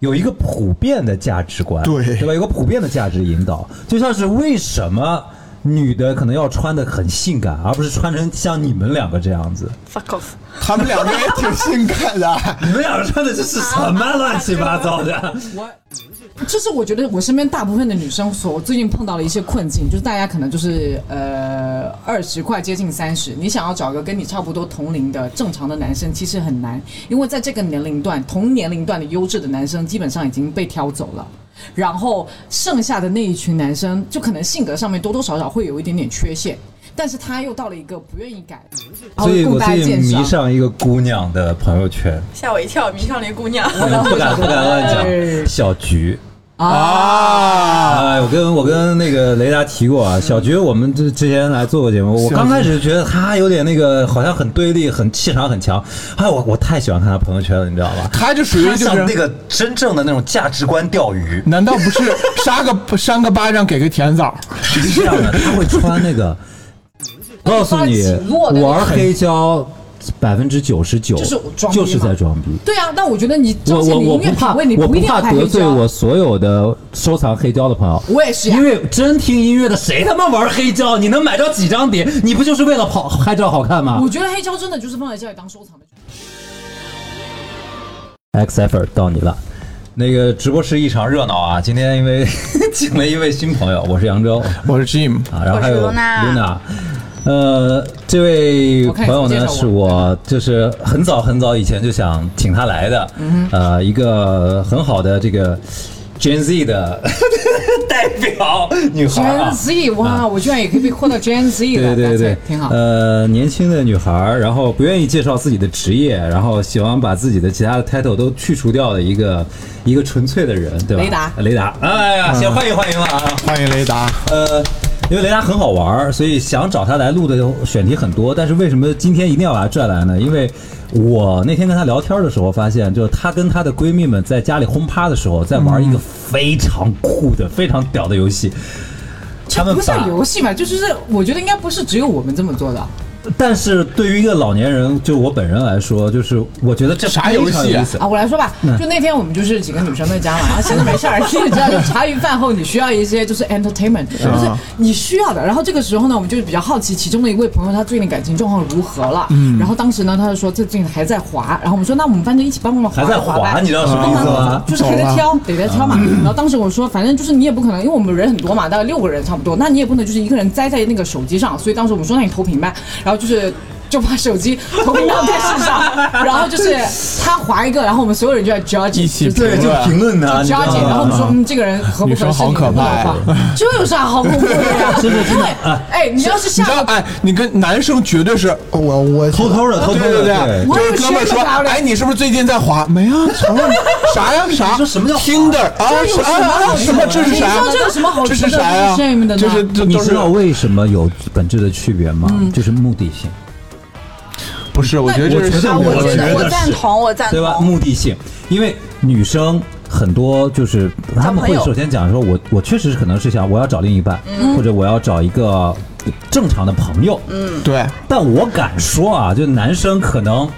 有一个普遍的价值观，对对吧？有个普遍的价值引导，就像是为什么女的可能要穿的很性感，而不是穿成像你们两个这样 子。 fuck off。他们两个也挺性感的。你们俩穿的这是什么乱七八糟 的？我这是我觉得我身边大部分的女生所我最近碰到了一些困境，就是大家可能就是呃二十快接近三十，你想要找个跟你差不多同龄的正常的男生，其实很难，因为在这个年龄段同年龄段的优质的男生基本上已经被挑走了。然后剩下的那一群男生，就可能性格上面多多少少会有一点点缺陷，但是他又到了一个不愿意改，所以我然后最更近加迷鉴赏上一个姑娘的朋友圈，吓我一跳，迷上了一姑娘。不敢不敢乱哎讲。小菊， 啊，哎，我跟我跟那个雷达提过啊，小菊，我们之之前来做过节目，我小刚菊开始觉得她有点那个，好像很对立，很气场很强。哎，我我太喜欢看她朋友圈了，你知道吧？他就属于她就像那是，个真正的那种价值观钓鱼， 难道不是扇 个扇个巴掌给个甜枣？是这样的，她会穿那个， 告诉你发起落的那个玩黑胶百分之九十九就是装逼嘛就是在装逼。对啊，但我觉得你我彰显我你我音乐不怕，品味，你我一不定要怕拍得黑胶罪我所有的收藏黑胶的朋友。我也是呀啊因为真听音乐的谁他妈玩黑胶？你能买着几张碟？你不就是为了跑拍照好看吗我觉得黑胶真的就是放在家里当收藏的。 ？X Effort 到你了。那个直播室异常热闹啊！今天因为 请了一位新朋友，我是扬州我是 Jim，啊，然后还我有是 Luna Luna，呃，这位朋友呢我看你怎么介绍我是我就是很早很早以前就想请他来的，嗯呃，一个很好的这个 Gen Z 的 代表女孩啊 Gen。Z，哇，我居然也可以被扩到 Gen Z 对了，对干脆对，挺好。呃，年轻的女孩儿，然后不愿意介绍自己的职业，然后喜欢把自己的其他的 title 都去除掉的一个一个纯粹的人，对吧？雷达嗯雷达，哎呀，先欢迎欢迎啊！欢迎雷达。呃，因为雷达很好玩儿，所以想找他来录的选题很多。但是为什么今天一定要把他拽来呢？因为我那天跟他聊天的时候发现，就是她跟她的闺蜜们在家里轰趴的时候，在玩一个非常酷的、非常屌的游戏。他这们不把算游戏嘛，就是我觉得应该不是只有我们这么做的。但是对于一个老年人，就我本人来说，就是我觉得这啥游戏啊非常有意思啊，我来说吧，嗯就那天我们就是几个女生在家 嘛，然后闲着没事儿，你也知道，就茶余饭后你需要一些就是啊 entertainment，就是你需要的。然后这个时候呢，我们就是比较好奇其中的一位朋友他最近感情状况如何了。嗯然后当时呢，他就说最近还在滑，然后我们说那我们反正一起帮忙还在滑吧嗯滑，你知道什么意思吗？就是还在啊挑，得在挑嘛。嗯然后当时我说，反正就是你也不可能，因为我们人很多嘛，大概六个人差不多，那你也不能就是一个人栽在那个手机上，所以当时我们说，那你投屏吧。然后就是。就把手机 投屏到电视上，然后就是他划一个，然后我们所有人就在 judge，一起就是评论就评论呢，你知就 judge，然后道我们说吗？嗯，这个人合不合女生适？啊好可怕呀你不能画这有啥好恐怖的呀？真的真的， 哎，你要是你下知道，个哎，你跟男生绝对是我我偷偷的偷偷的对对对我这也个哥们儿学说不着，嘞哎，你是不是最近在滑？没啊，从来没 啥呀啥？你说什么叫滑 Tinder 啊？这有是什么啊好啊什么？这是你啥？说这有什么好这值是得啥呀 shame 的？呢这是这你都知是道为什么有本质的区别吗？就是目的性，不是？我觉得这我觉是得啊，我觉觉得得我是赞同，我赞对吧？同。目的性，因为女生很多就是她们会交朋友嗯首先讲说，我我确实是可能是想我要找另一半，或者我要找一个正常的朋友，对。但我敢说啊，就男生可能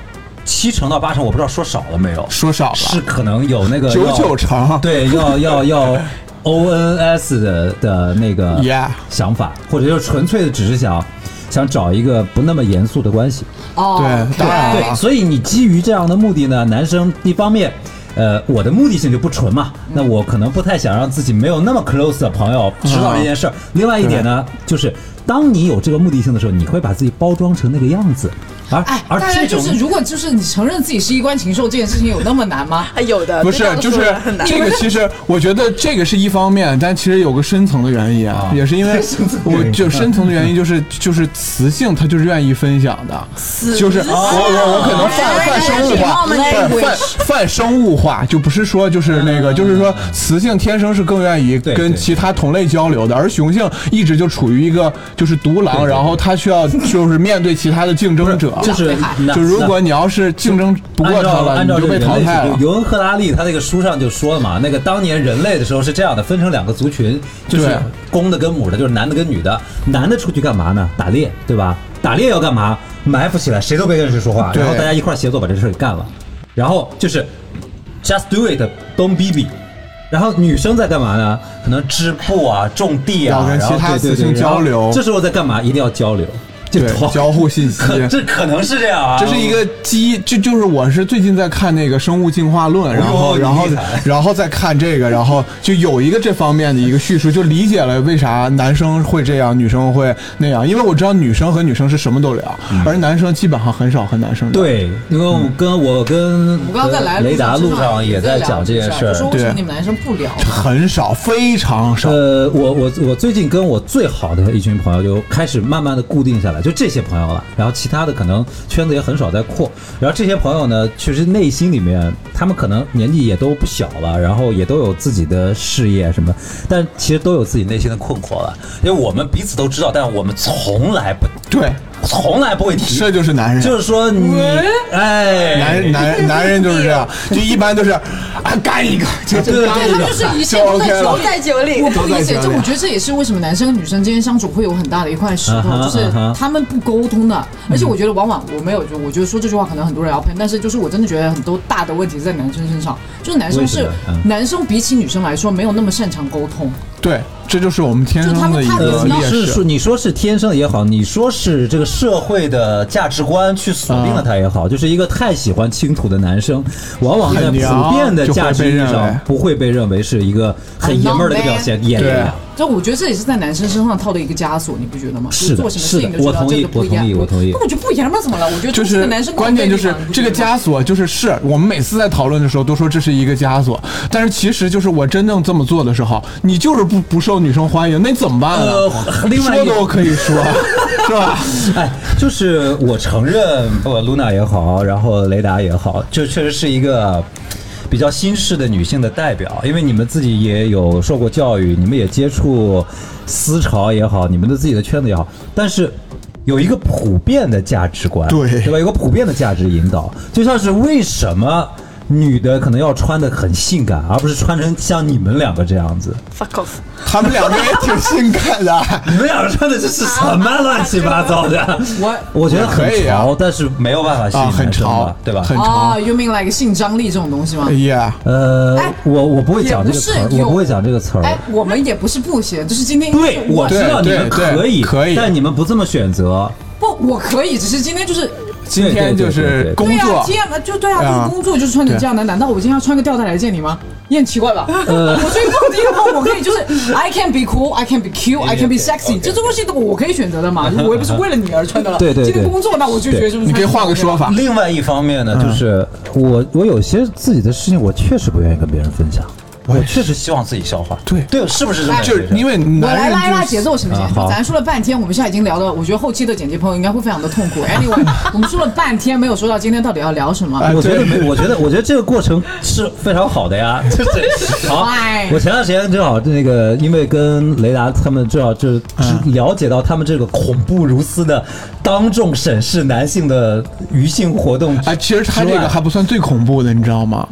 七成到八成，我不知道说少了没有，说少了是可能有那个九要九成对，要要 要 O N S 的的那个 Yeah 想法，或者就纯粹的只是想想找一个不那么严肃的关系。哦，对当然了对，所以你基于这样的目的呢，男生一方面。呃，我的目的性就不纯嘛，嗯那我可能不太想让自己没有那么 close 的朋友知啊道这件事儿。另外一点呢，就是当你有这个目的性的时候，你会把自己包装成那个样子，而哎，而大家这就种是如果就是你承认自己是衣冠禽兽这件事情有那么难吗？啊，有的不是那，倒就是很难。这个，其实我觉得这个是一方面，但其实有个深层的原因啊，也是因为我就深层的原因就是就是雌性它就是愿意分享的，就是我我我可能泛泛生物化，哎哎哎泛泛泛生物化，就不是说就是那个，就是说雌性天生是更愿意对跟对其他同类交流的，而雄性一直就处于一个就是独狼，然后它需要就是面对其他的竞争啊者，就是那就如果那你要是竞争不过按它照了，按你照就被淘汰了。尤恩赫拉利他那个书上就说了嘛，那个当年人类的时候是这样的，分成两个族群，就是对公的跟母的，就是男的跟女的。男的出去干嘛呢？打猎，对吧？打猎要干嘛？埋伏起来，谁都别跟谁说话，对然后大家一块儿协作把这事儿给干了。然后就是 just do it，don't be be。然后女生在干嘛呢？可能织布啊、种地啊，要跟然后其他对对雌性对然后交流这时候在干嘛？一定要交流，这对头交互信息可这可能是这样啊。这是一个基，这就是我是最近在看那个《生物进化论》，然后你然后厉害 然后再看这个，然后就有一个这方面的一个叙述，就理解了为啥男生会这样，女生会那样，因为我知道女生和女生是什么都聊，而男生基本上很少和男生聊。对，因为我跟我跟我刚刚在来雷达路路上也在在聊讲这件个事我儿，说为什么对你们男生不 聊？很少，非常少。呃，我我我最近跟我最好的一群朋友就开始慢慢的固定下来，就这些朋友了。然后其他的可能圈子也很少在扩。然后这些朋友呢，其实内心里面他们可能年纪也都不小了，然后也都有自己的事业什么，但其实都有自己内心的困惑了。因为我们彼此都知道，但我们从来不对，从来不会提。 这就是男人。就是说你，哎，男人男男人就是这样，就一般都是啊干一个，就对对对他们就是一切都在就 OK 酒了里在酒里我，不理解，都在家这里我觉得这也是为什么男生和女生之间相处会有很大的一块石头啊哈就是啊哈嗯他们不沟通的。而且我觉得往往我没有，就我觉得说这句话可能很多人要喷，但是就是我真的觉得很多大的问题是在男生身上，就是男生为什是么嗯男生比起女生来说没有那么擅长沟通，对，这就是我们天就他生们的一看不个到你劣呃是势说。你说是天生也好，你说是这个社会的价值观去锁啊定了他也好，就是一个太喜欢倾吐的男生，往往在很娘普遍的价值意义就会被认上为不会被认为是一个很爷们儿的一个表现，也一对样。就我觉得这也是在男生身上套的一个枷锁，你不觉得吗？是的就做什么事情是的都觉得我同意这个不一我样同意我同意那我觉得不一样吗？怎么了？我觉得就这是个男生关键就是这个家。枷锁，就是是我们每次在讨论的时候都说这是一个枷锁，但是其实就是我真正这么做的时候，你就是不不受女生欢迎，那怎么办啊？呃另外一说都可以说，是吧？哎，就是我承认，不管 Luna 也好，然后雷达也好，这确实是一个比较新式的女性的代表，因为你们自己也有受过教育，你们也接触思潮也好，你们的自己的圈子也好，但是。有一个普遍的价值观，对对吧？有个普遍的价值引导，就像是为什么女的可能要穿的很性感，而不是穿成像你们两个这样子？ fuck off。他们两个也挺性 感的。你们两个穿的这是什么乱七八糟的？啊我我觉得很可以啊潮，但是没有办法吸啊引很男生潮嘛，对吧？很啊，you mean like 性张力这种东西吗哎？呀，呃哎，我我不会讲这个词儿也不，是我有不会讲这个词哎儿。，我们也不是不行，就是今天对，我知道你们对对可以，可以但你们不这么选择。不我可以，只是今天就是今天对对对就对是对工对呀、作啊，，今天就对对啊，啊就是工作就是穿成这样的，难道我今天要穿个吊带来见你吗？也很奇 怪吧？呃我去蹦迪的话，我可以就是 I can be cool, I can be cute, I can be sexy， OK，OK 这东西都我可以选择的嘛，我又不是为了你而 穿的了。对对对今天工作那我就觉得就是你可以换个说法，嗯另外一方面呢，就是我我有些自己的事情，我确实不愿意跟别人分享，我我也确实希望自己消化。对对，是不是这么哎回就事？是因为我男来拉一拉人就节是奏，行不行啊？好咱说了半天，我们现在已经聊到，我觉得后期的剪辑朋友应该会非常的痛 苦。Anyway，我们说了半天，没有说到今天到底要聊什么。哎我觉得对没，我觉得，我觉得这个过程是非常好的 呀。就是好哎，我前段时间正好那个，因为跟雷达他们正好就是嗯只了解到他们这个恐怖如斯的当众审视男性的余性活动之。哎，其实他这个还不算最恐怖的，你知道吗？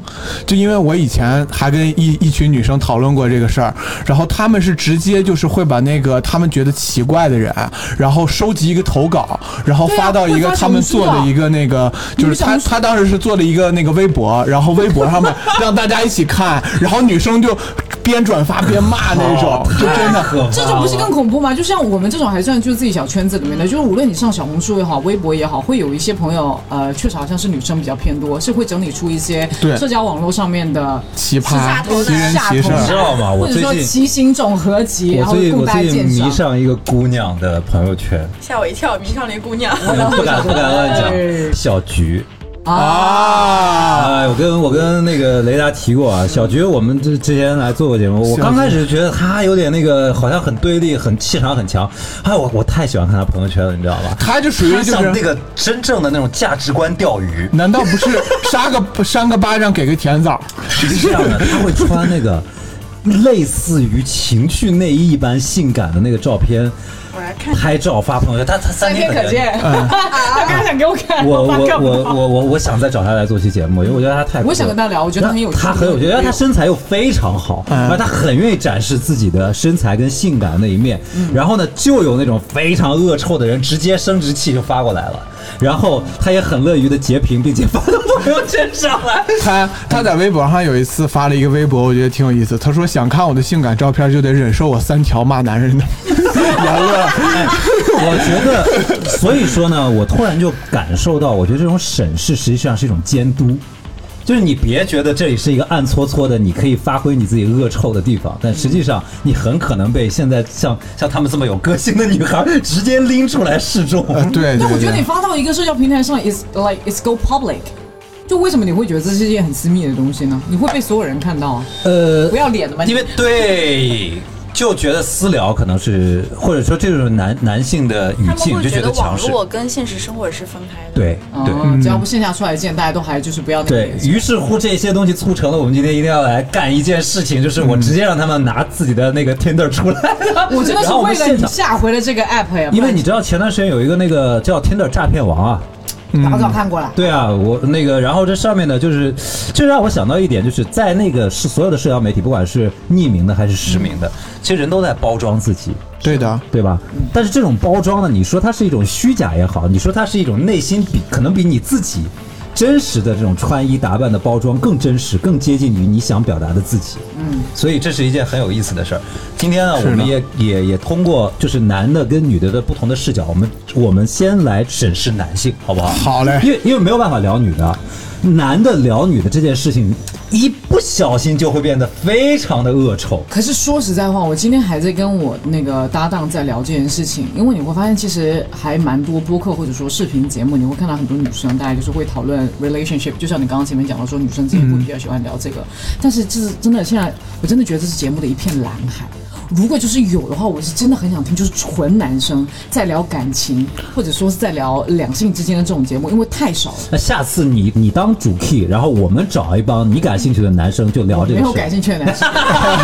就因为我以前还跟一一群女生讨论过这个事儿，然后他们是直接就是会把那个他们觉得奇怪的人，然后收集一个投稿，然后对啊发到一个会发他们小红做书啊的一个那个，就们是他小红书他当时是做了一个那个微博，然后微博上 面让大家一起看，然后女生就边转发边骂那哦种，就真的可怕了 这种不是更恐怖吗？就像我们这种还算就是自己小圈子里面的，就是无论你上小红书也好，微博也好，会有一些朋友，呃，确实好像是女生比较偏多，是会整理出一些对社交网络上面的奇葩下头的奇人下奇事头儿你。知道吗？我或者最说近奇形种合集，然我后最近供我大家最近鉴赏迷。上一个姑娘的朋友 圈，吓我一跳，迷上了一姑娘。不敢不敢乱哎讲。小菊，啊啊，哎，我跟我跟那个雷达提过啊，小菊，我们之之前来做过节目，我菊刚开始觉得她有点那个，好像很对立，很气场很强。哎，我我太喜欢看她朋友圈了，你知道吧？他就属于她就是像那个真正的那种价值观钓鱼，难道不是扇个 扇个巴掌给个甜枣儿？是这样的，她会穿那个类似于情趣内衣一般性感的那个照片。我来看。拍照发朋友圈，他他三三天天可见，嗯 他刚想给我 看，我发我干嘛我我我我想再找他来做期节目，因为我觉得他太酷了……我想跟他聊我觉得他很有趣哎他很有趣，因为他身材又非常好，嗯然后他很愿意展示自己的身材跟性感的那一面。嗯然后呢，就有那种非常恶臭的人直接生殖器就发过来了，然后他也很乐于的截屏，并且发到朋友圈上来。他他在微博上有一次发了一个微博，我觉得挺有意思。他说想看我的性感照片，就得忍受我三条骂男人的 言论。我觉得，所以说呢，我突然就感受到，我觉得这种审视实际上是一种监督，就是你别觉得这里是一个暗搓搓的，你可以发挥你自己恶臭的地方，但实际上你很可能被现在像像他们这么有个性的女孩直接拎出来示众。呃，对 那我对觉得你对，发到一个社交平台上，is like is go public，就为什么你会觉得这是一件很私密的东西呢？你会被所有人看到啊，呃不，要脸的嘛？因为对。就觉得私聊可能是，或者说这种男男性的语 他境们就会觉觉得得强网势，络跟现实生活是分开的。，对对。哦，只要不线下出来见，大家都还就是不要那个 对脸于是乎，这些东西促成了我们今天一定要来干一件事情，就是我直接让他们拿自己的那个 Tinder 出来。 我真的然是后我为们了现你场，下回了这个 app 呀，因 为你知道前段时间有一个那个叫 Tinder 诈骗王啊，早嗯早看过了。对啊，我那个，然后这上面呢，就是这让我想到一点，就是在那个是所有的社交媒体，不管是匿名的还是实名的，其实人都在包装自己。对的。对吧？但是这种包装呢，你说它是一种虚假也好，你说它是一种内心比可能比你自己真实的这种穿衣打扮的包装更真实，更接近于你想表达的自己。嗯，所以这是一件很有意思的事儿。今天呢，是我的们也也也通过就是男的跟女的的不同的视角，我们我们先来审视男性，好不好？好嘞因为因为没有办法聊女的。男的聊女的这件事情，一不小心就会变得非常的恶臭。可是说实在话，我今天还在跟我那个搭档在聊这件事情，因为你会发现，其实还蛮多播客或者说视频节目，你会看到很多女生，大家就是会讨论 relationship，就像你刚刚前面讲到说，女生自己会比较喜欢聊这个，但是这是真的，现在我真的觉得这是节目的一片蓝海。如果就是有的话，我是真的很想听，就是纯男生在聊感情，或者说是在聊两性之间的这种节目，因为太少了。那下次你你当主 key，然后我们找一帮你感兴趣的男生就聊这个没事。有感兴趣的男生，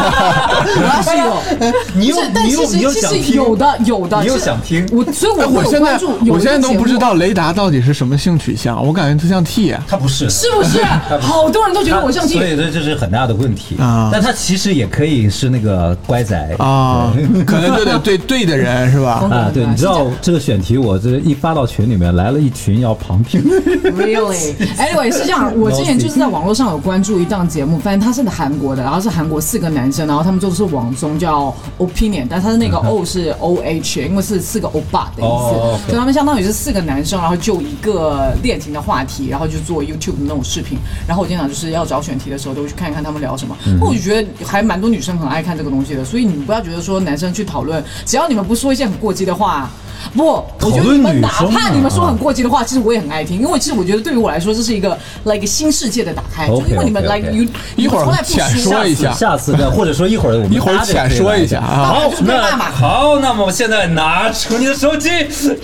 我要是有，你又不是但你又其你又实想其听实有的有的，你又是想听我，所以 哎我我会有现在关注有我一个现在都不知节目道雷达到底是什么性取向，我感觉他像 T 啊他不是，是不 是好多人都觉得我像所 T，以这这是很大的问题啊但他其实也可以是那个乖仔啊，可能就得对对的人是吧？嗯啊，对，你知道这个选题，我这一发到群里面来了一 群要旁听的人， Really? Anyway，是这样，我之前就是在网络上有关注一档节目，反正他是韩国的，然后是韩国四个男生，然后他们做的是网综叫 Opinion，但他的那个 O 是 O H，因为是四个欧巴的意思嗯哦，OK 所以他们相当于是四个男生，然后就一个恋情的话题，然后就做 YouTube 的那种视频。然后我经常就是要找选题的时候，都会去看一看他们聊什么。嗯那、我就觉得还蛮多女生很爱看这个东西的，所以你们不要觉得说男生去讨论，只要你们不说一些很过激的话，不，我觉讨得论你们女哪生怕啊你们说很过激的话，其实我也很爱听，因为其实我觉得对于我来说，这是一个 like 新世界的打开，就是因为你们 OK，OK，OK like you 一会儿从来不浅说说一下下次再或者说一会儿我们 一会儿搭着浅可以说来一下啊好那，就是那骂嘛好，那么我现在拿出你的手机，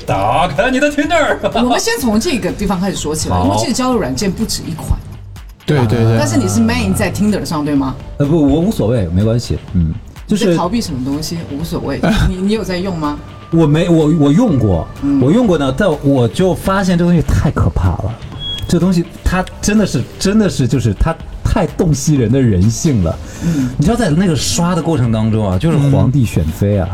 打开你的 Tinder。我们先从这个地方开始说起来，好因为这个交友软件不止一款，对对对啊但，是你是 main 在 Tinder 上对吗？呃，不，我无所谓，没关系，嗯，就就是逃避什么东西无所谓，你你有在用吗？我没我我用过，我用过呢，但我就发现这东西太可怕了，这东西它真的是真的是就是它太洞悉人的人性了。你知道在那个刷的过程当中啊，就是皇帝选妃啊，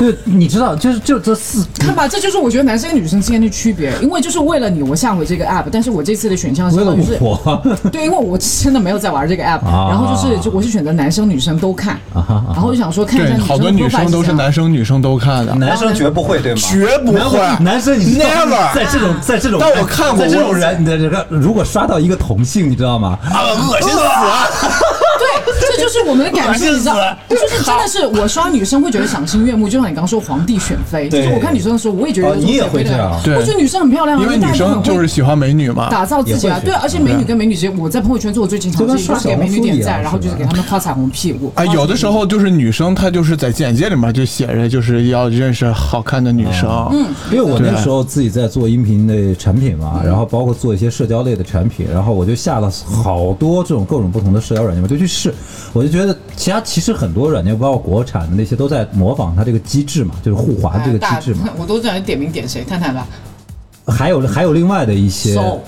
就是你知道就是就这四看吧，这就是我觉得男生跟女生之间的区别，因为就是为了你，我下回这个 app，但是我这次的选项为相了当于是我对，因为我真的没有在玩这个 app，、啊然后就是就我是选择男生女生都看，啊哈啊哈然后就想说看一下对，好多女女生都是生的 profile 男生女生都看的，男生绝不会对吗？绝不男会男生你知道 Never 在这种在这种但我看过在这我种人，你的这个如果刷到一个同性，你知道吗？啊，恶心死了！对，这就是我们 的感受，恶你心知死道了，就是真的是我刷女生会觉得赏心悦目，就像你刚刚说皇帝选妃，对就是我看女生的时候，我也觉得哦你也会这样对我觉得女生很漂亮啊，因为大女家都生很就是会喜欢美女嘛，打造自己也啊，会对，而且美女跟美女之间，我在朋友圈做的最经常的啊事情就是给美女点赞，就跟刷小红书一样然后就是给她们夸彩虹屁股啊，有的时候就是女生，她就是在简介里面就写着，就是要认识好看的哦女生。嗯，因为我那对时候自己在做音频的产品嘛，然后包括做一些社交类的产品，然后我就下了好多这种各种不同的社交软件嘛，就去试。我我就觉得其他其实很多软件，包括国产的那些，都在模仿它这个机制嘛，就是互滑啊这个机制嘛。哎大我都这样点名点谁，探探吧， 还有还有另外的一些 Soul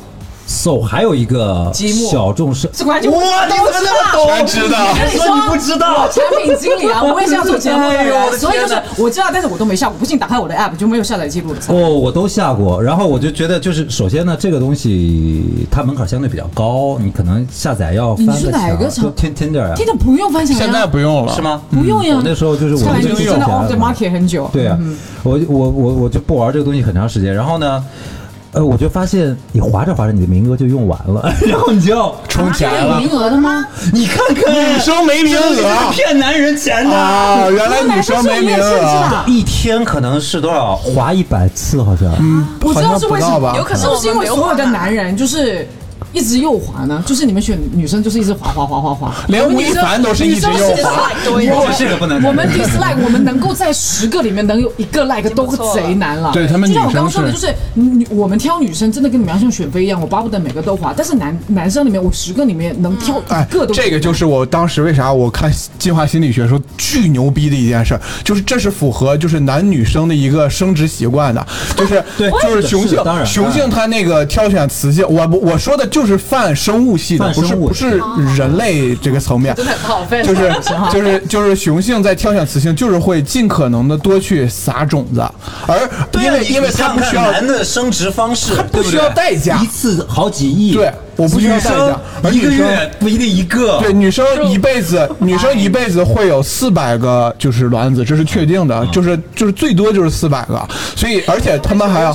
，so 还有一个积木小众是这关键我哇，你怎么那么懂？全知道跟你说你不知道我产品经理啊，我也是要做节目的 哎呦我的人，所以就天是哪我知道，但是我都没下过，不信打开我的 app 就没有下载记录了。哦，我都下过，然后我就觉得，就是首先呢，这个东西它门槛相对比较高，你可能下载要翻你是哪个墙，就厂 Tin- Tinder 啊，听着不用分享呀，现在不用了，是？吗？不用呀我那时候就是我看来就你是真的这样 off the market 很久。嗯对啊，我我我我就不玩这个东西很长时间，然后呢，呃，我就发现你划着划着你的名额就用完了， 然后你就要啊充钱有了名，额的吗？你看看女生没名这是额骗男人钱的。啊，原来女生没名我男生是有面试额啊的。一天可能是多少？划一百次好像，嗯我知道是为什好像不到么吧，有可能是不是因为所有的男人就是一直右滑呢？就是你们选女生就是一直滑滑滑滑滑，连我们吴亦凡女生都是一直女生右滑多一点我这个不能我们 dislike 我们能够在十个里面能有一个 like 都贼难了。对他们就像我女生刚刚说的，是就是女我们挑女生真的跟你们要像选妃一样，我巴不得每个都滑，但是男男生里面我十个里面能挑哎一个，都。这个就是我当时为啥我看进化心理学说巨牛逼的一件事儿，就是这是符合就是男女生的一个生殖习惯的，就是 对就是是雄是性当然雄性它那个挑选雌性，我不我说的就是泛生物系的，泛不是生物不是人类这个层哦面，好费就是就是就是雄性在挑选雌性，就是会尽可能的多去撒种子，而啊因为因为它不需要男的生殖方式，它不需要代价一次好几亿，对我不需要代价而女生一个女生月不一定一个，对，女生一辈子，女生一辈子会有四百个就是卵子，这是确定嗯的，就是就是最多就是四百个，所以而且他们还要，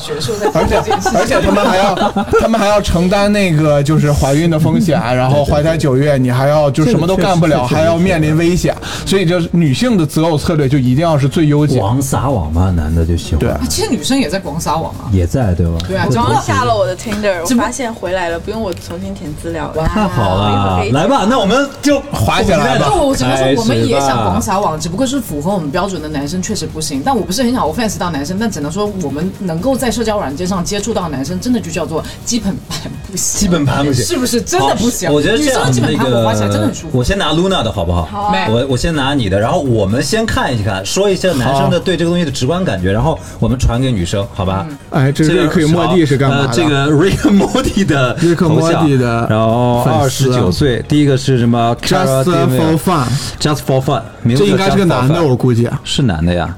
而且而且他们 还要，他们还要承担那个就是怀孕的风 险，然后怀胎九月你还要就什么都干不了，这个确实还要面临危险，所以就是女性的择偶策略就一定要是最优解。广撒网嘛，男的就喜欢，对啊其实女生也在广撒网啊。也在对吧？对啊会张投大资下了我的 Tinder，我怎么发现回来了，不用我重新填资料哇，了。太好啊了，一会儿可以来吧，那我们就滑起来吧就我只哎能说，我们也想广广。撒网，只不过是符合我们标准的男生确实不行。但我不是很想 offense 到男生，但只能说我们能够在社交软件上接触到男生，真的就叫做基本盘不行，基本盘不行是不是真的不行？好我觉得女这生样的基本那盘个，我滑起来真的很舒服我。先拿 Luna 的好不好？好啊没我我先拿你的，然后我们先看一看，说一下男生的对这个东西的直观感觉，然后我们传给女生，好吧？嗯哎，这个可以莫蒂是干嘛的？呃这个 Rick and Morty 的头像瑞克莫蒂的然后二粉十丝九岁，第一个是什么 just for fun， fun，Just for fun，名字这应该是 Just for 个男的， Fun 我估计。是男的呀。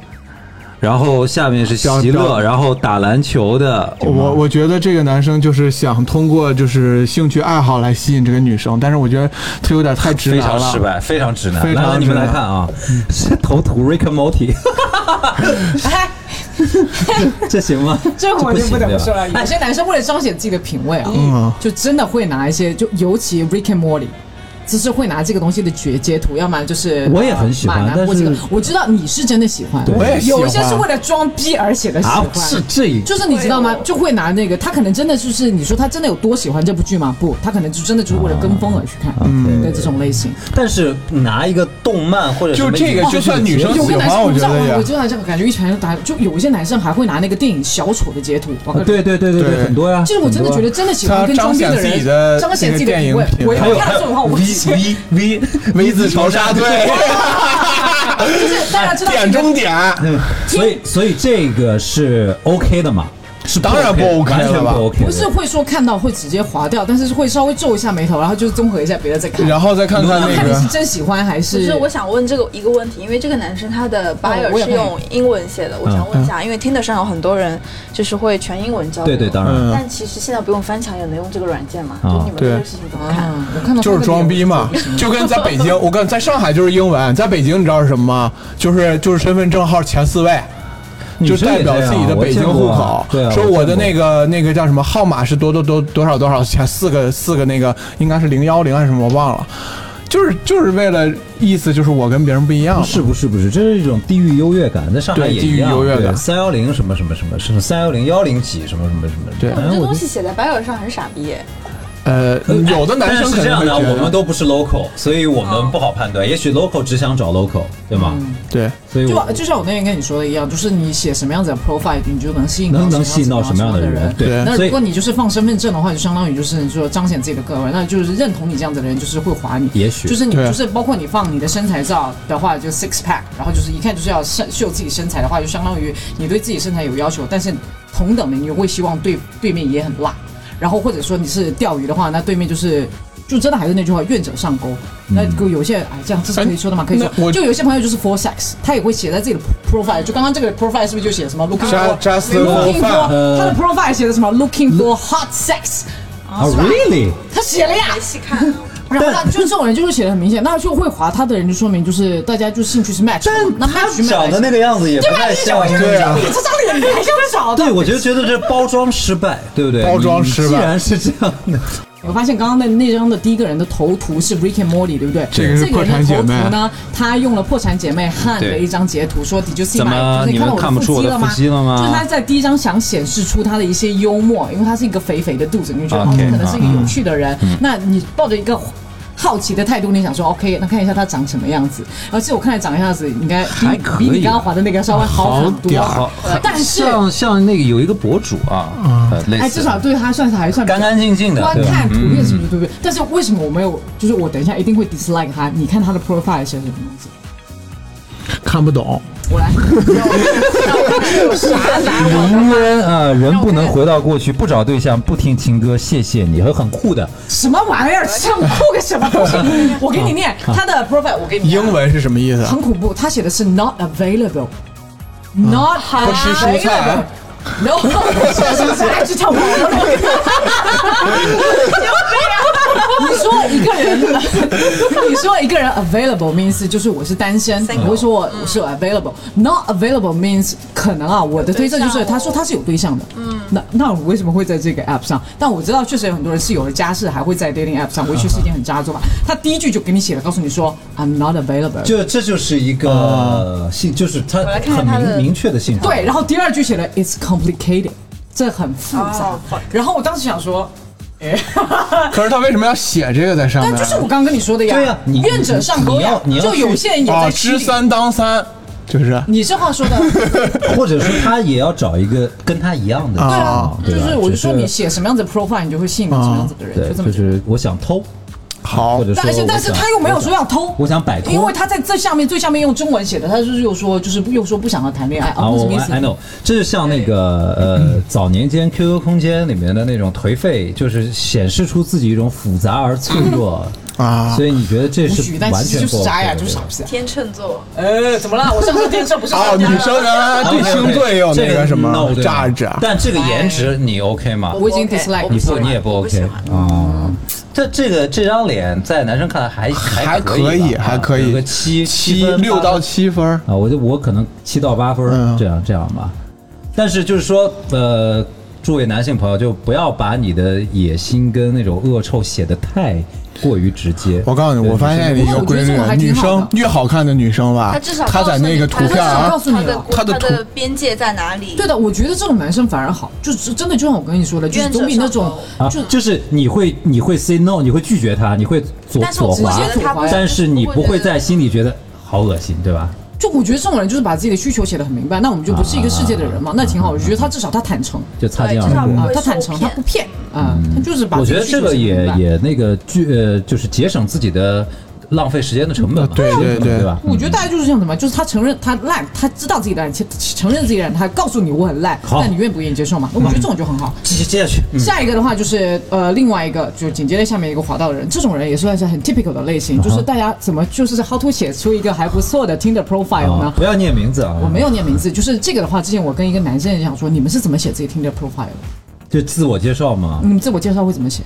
然后下面是席标标勒，然后打篮球的，我我觉得这个男生就是想通过就是兴趣爱好来吸引这个女生，但是我觉得他有点太直非男常了。失败，非常直男。非常来来，你们直来男嗯看啊，是头图 Rick and Morty， 哎，这行吗？这个我就不行得不对说吧了。有些男生为了彰显自己的品味啊，嗯就真的会拿一些，就尤其 Rick and Morty。就是会拿这个东西的截截图，要么就是我也很喜欢呃马男但或这个是我知道你是真的喜欢，我也喜欢有一些是为了装逼而写的喜啊欢，，是这就是你知道吗哎？呦就会拿那个，他可能真的就是你说他真的有多喜欢这部剧吗？不，他可能就真的就是为了跟风而去看嗯的这种类型。但是拿一个动漫或者就什么这个影视就算剧女生节有目个男喜生欢我知道我觉得也我知道这个感觉一拳打，就有一些男生还会拿那个电影小丑的截图，我跟你啊对对对对对，对很多呀。就是我真的觉得真的喜欢跟装逼他彰显自己的人彰显自己那个的电影品。品味我味还我有看还到有这种话，我 V 不接。 V V V 字仇杀队， 就是大家知道点中点，所以所以这个是 OK 的嘛？是当然不 OK 完全了吧不 OK 的。不是会说看到会直接划掉，但是会稍微皱一下眉头，然后就综合一下别的再看。然后再看看要那看你是个。真喜欢还是不是，我想问这个一个问题，因为这个男生他的哦我 bio 也是用英文写的，我想问一下，因为 Tinder 上有很多人就是会全英文交流，对对，当然。嗯，但其实现在不用翻墙也能用这个软件嘛，啊就你们对这个事情怎么看？啊，我看到就是装逼嘛，就跟在北京， 我跟在上海就是英文，在北京你知道是什么吗？就是就是身份证号前四位，女就生代也这表样自己的北京户口我见过啊对啊，，说我的那个个那个叫什么号码是多多多多少多少前四个四个那个应该是零幺零还是什么我忘了，就是就是为了意思就是我跟别人不一样不嘛，是不是不是，这是一种地域优越感，在上海对也地域一样。优越感三幺零什么什么什么，是三幺零幺零几什么什么什么。对哎我觉得这我东西写在 bio 上很傻逼耶，呃，有的但男生是可这能样会的，啊觉得我们都不是 local，所以我哦们不好判断。也许 local 只想找 local，对吗？对，所以嗯就啊我就像我那天跟你说的一样，就是你写什么样子的 profile，你就能吸引到能能吸引什么到样子什么样的的人人？对那所以如果你就是放身份证的话，就相当于就是说彰显自己的个人，那就是认同你这样子的人，就是会划你。也许就是你对啊就是包括你放你的身材照的话，就 six pack，然后就是一看就是要秀秀自己身材的话，就相当于你对自己身材有要求，但是同等的你会希望对对面也很辣。然后或者说你是钓鱼的话，那对面就是。就真的还是那句话，愿者上钩。嗯那有些哎，这样这是可以说的吗？可以那我说。就有些朋友就是 for sex，他也会写在自己的 profile。就刚刚这个 profile 是不是就写什么 looking Just- for just looking for fun， for 他的 profile 写的什么 looking for hot sex，啊，really，他写了呀。没细看，然后呢，就这种人就会写的很明显，那就会划他的人，就说明就是大家就兴趣是 match 的嘛。那 match 没有长来得那个样子也不对吧？太你像讲，我就，对啊你这张脸，你还想找的？对，我就觉得这包装失败，对不对？包装你失败既然是这样的，我发现刚刚那那张的第一个人的头图是 Rick and Morty，对不对？这个是人的破产姐妹头图呢，他用了破产姐妹汉的对一张截图，说 Did you see 怎么 my？就是你你们看到看不出我的的腹肌了吗就是他在第一张想显示出他的一些幽默，因为他是一个肥肥的肚子，你就觉得 OK，嗯哦，这可能是一个有趣的人。那你抱着一个。好奇的态度，你想说 OK，那看一下他长什么样子。而且我看他长样子，应该还比可以比你刚刚划的那个稍微好很多。好呃但是像像那个有一个博主啊，呃类哎，似至少对他算是还算比较干干净净的，观对吧看图片什么的，对不对？但是为什么我没有？就是我等一下一定会 dislike 他。你看他的 profile 写什么东西？看不懂，我来，有啥拿我的人人啊，人不能回到过去，不找对象，不听情歌，谢谢你，和很酷的，什么玩意儿？像酷个什么东西？我给你念他的 profile，我给你念英文是什么意思啊？很恐怖，他写的是 not available，not 不吃蔬啊菜。然后我说什么是爱吃臭豆腐？你说一个人，你说一个人 available means 就是我是单身， Single 我会说我是 available，not available means 可能啊，我的推测就是他说他是有对象的，嗯，那那我为什么会在这个 app 上？但我知道确实有很多人是有了家室还会在 dating app 上，我去是一件很渣的做法。他第一句就给你写了，告诉你说 I'm not available，就这就是一个性，就是他来看看很他的明明确的性格。对，然后第二句写了 "It's complicated"，这很复杂哦。fuck 然后我当时想说，哎，可是他为什么要写这个在上但面？啊就是我刚跟你说的呀，对呀你愿者上钩呀，你你要你要哦就有些人也啊，在区知里。三当三，就是你这 话说的，或者说他也要找一个跟他一样的啊对啊，就哦对吧是我就说只是你写什么样子的 profile，你就会吸引到什么样子的人，哦对，就这就么简单。哦是我想偷，好或。者说但而且但是我想他又没有说要偷，我想摆脱因为他在这下面最下面用中文写的，他就是又说就是又说不想要谈恋爱啊，啊，那什我么意 I 思？ know，这就像那个呃，早年间 QQ 空间里面的那种颓废，就是显示出自己一种复杂而脆弱 啊所以你觉得这不是许，但完其实全不就是渣呀， OK 的就是傻逼啊。天秤座，呃，怎么了？我上次电视不是哦，说女渣吗生原来啊对星座也有那个什么啊榨汁，但这个颜值你 OK 吗？啊我已经我不 dislike 我你喜不，欢你也不我 OK 喜啊欢。哦这这个这张脸在男生看来还还还可以，吧啊还可有以个，七七分六八到分七分儿，啊，我就我可能七到八分儿、嗯这样这样吧。但是就是说，呃，诸位男性朋友就不要把你的野心跟那种恶臭写的太过于直接。我告诉你，对我发现不一过个我觉规得这种律，还女挺好的生越好看的女生吧他至少，她在那个图至片少啊告，诉你了他的他的他的边界在哪里？对的，我觉得这种男生反而好，就是真的就像我跟你说的，就是愿者总比那种啊，就就是你会你会 say no，你会拒绝他，你会左但是左我滑觉，得他不我会，但是你不会在在心里觉得好恶心，对吧？就我觉得这种人就是把自己的需求写得很明白，那我们就不是一个世界的人嘛，那挺好。我觉得他至少他坦诚就擦肩对，而至少过不。啊嗯会，他受坦诚，他骗嗯不骗啊，他就是把我自觉己得的需这求个写明也白。也那个剧呃，就是节省自己的浪费时间的成本嘛，对对对对吧？嗯我觉得大家就是这样子嘛，就是他承认他烂，他知道自己烂，且承认自己烂，他告诉你我很烂，好那你愿不愿意接受嘛？我觉得这种就很好。继续接下去，嗯下一个的话就是呃，另外一个就紧接着下面一个滑道的人，这种人也算是很 typical 的类型，啊就是大家怎么就是 how to 写出一个还不错的 Tinder profile 啊呢？不要念名字啊，嗯我没有念名字，就是这个的话，之前我跟一个男生也想说，你们是怎么写自己 Tinder profile？的就自我介绍嘛。你们自我介绍会怎么写？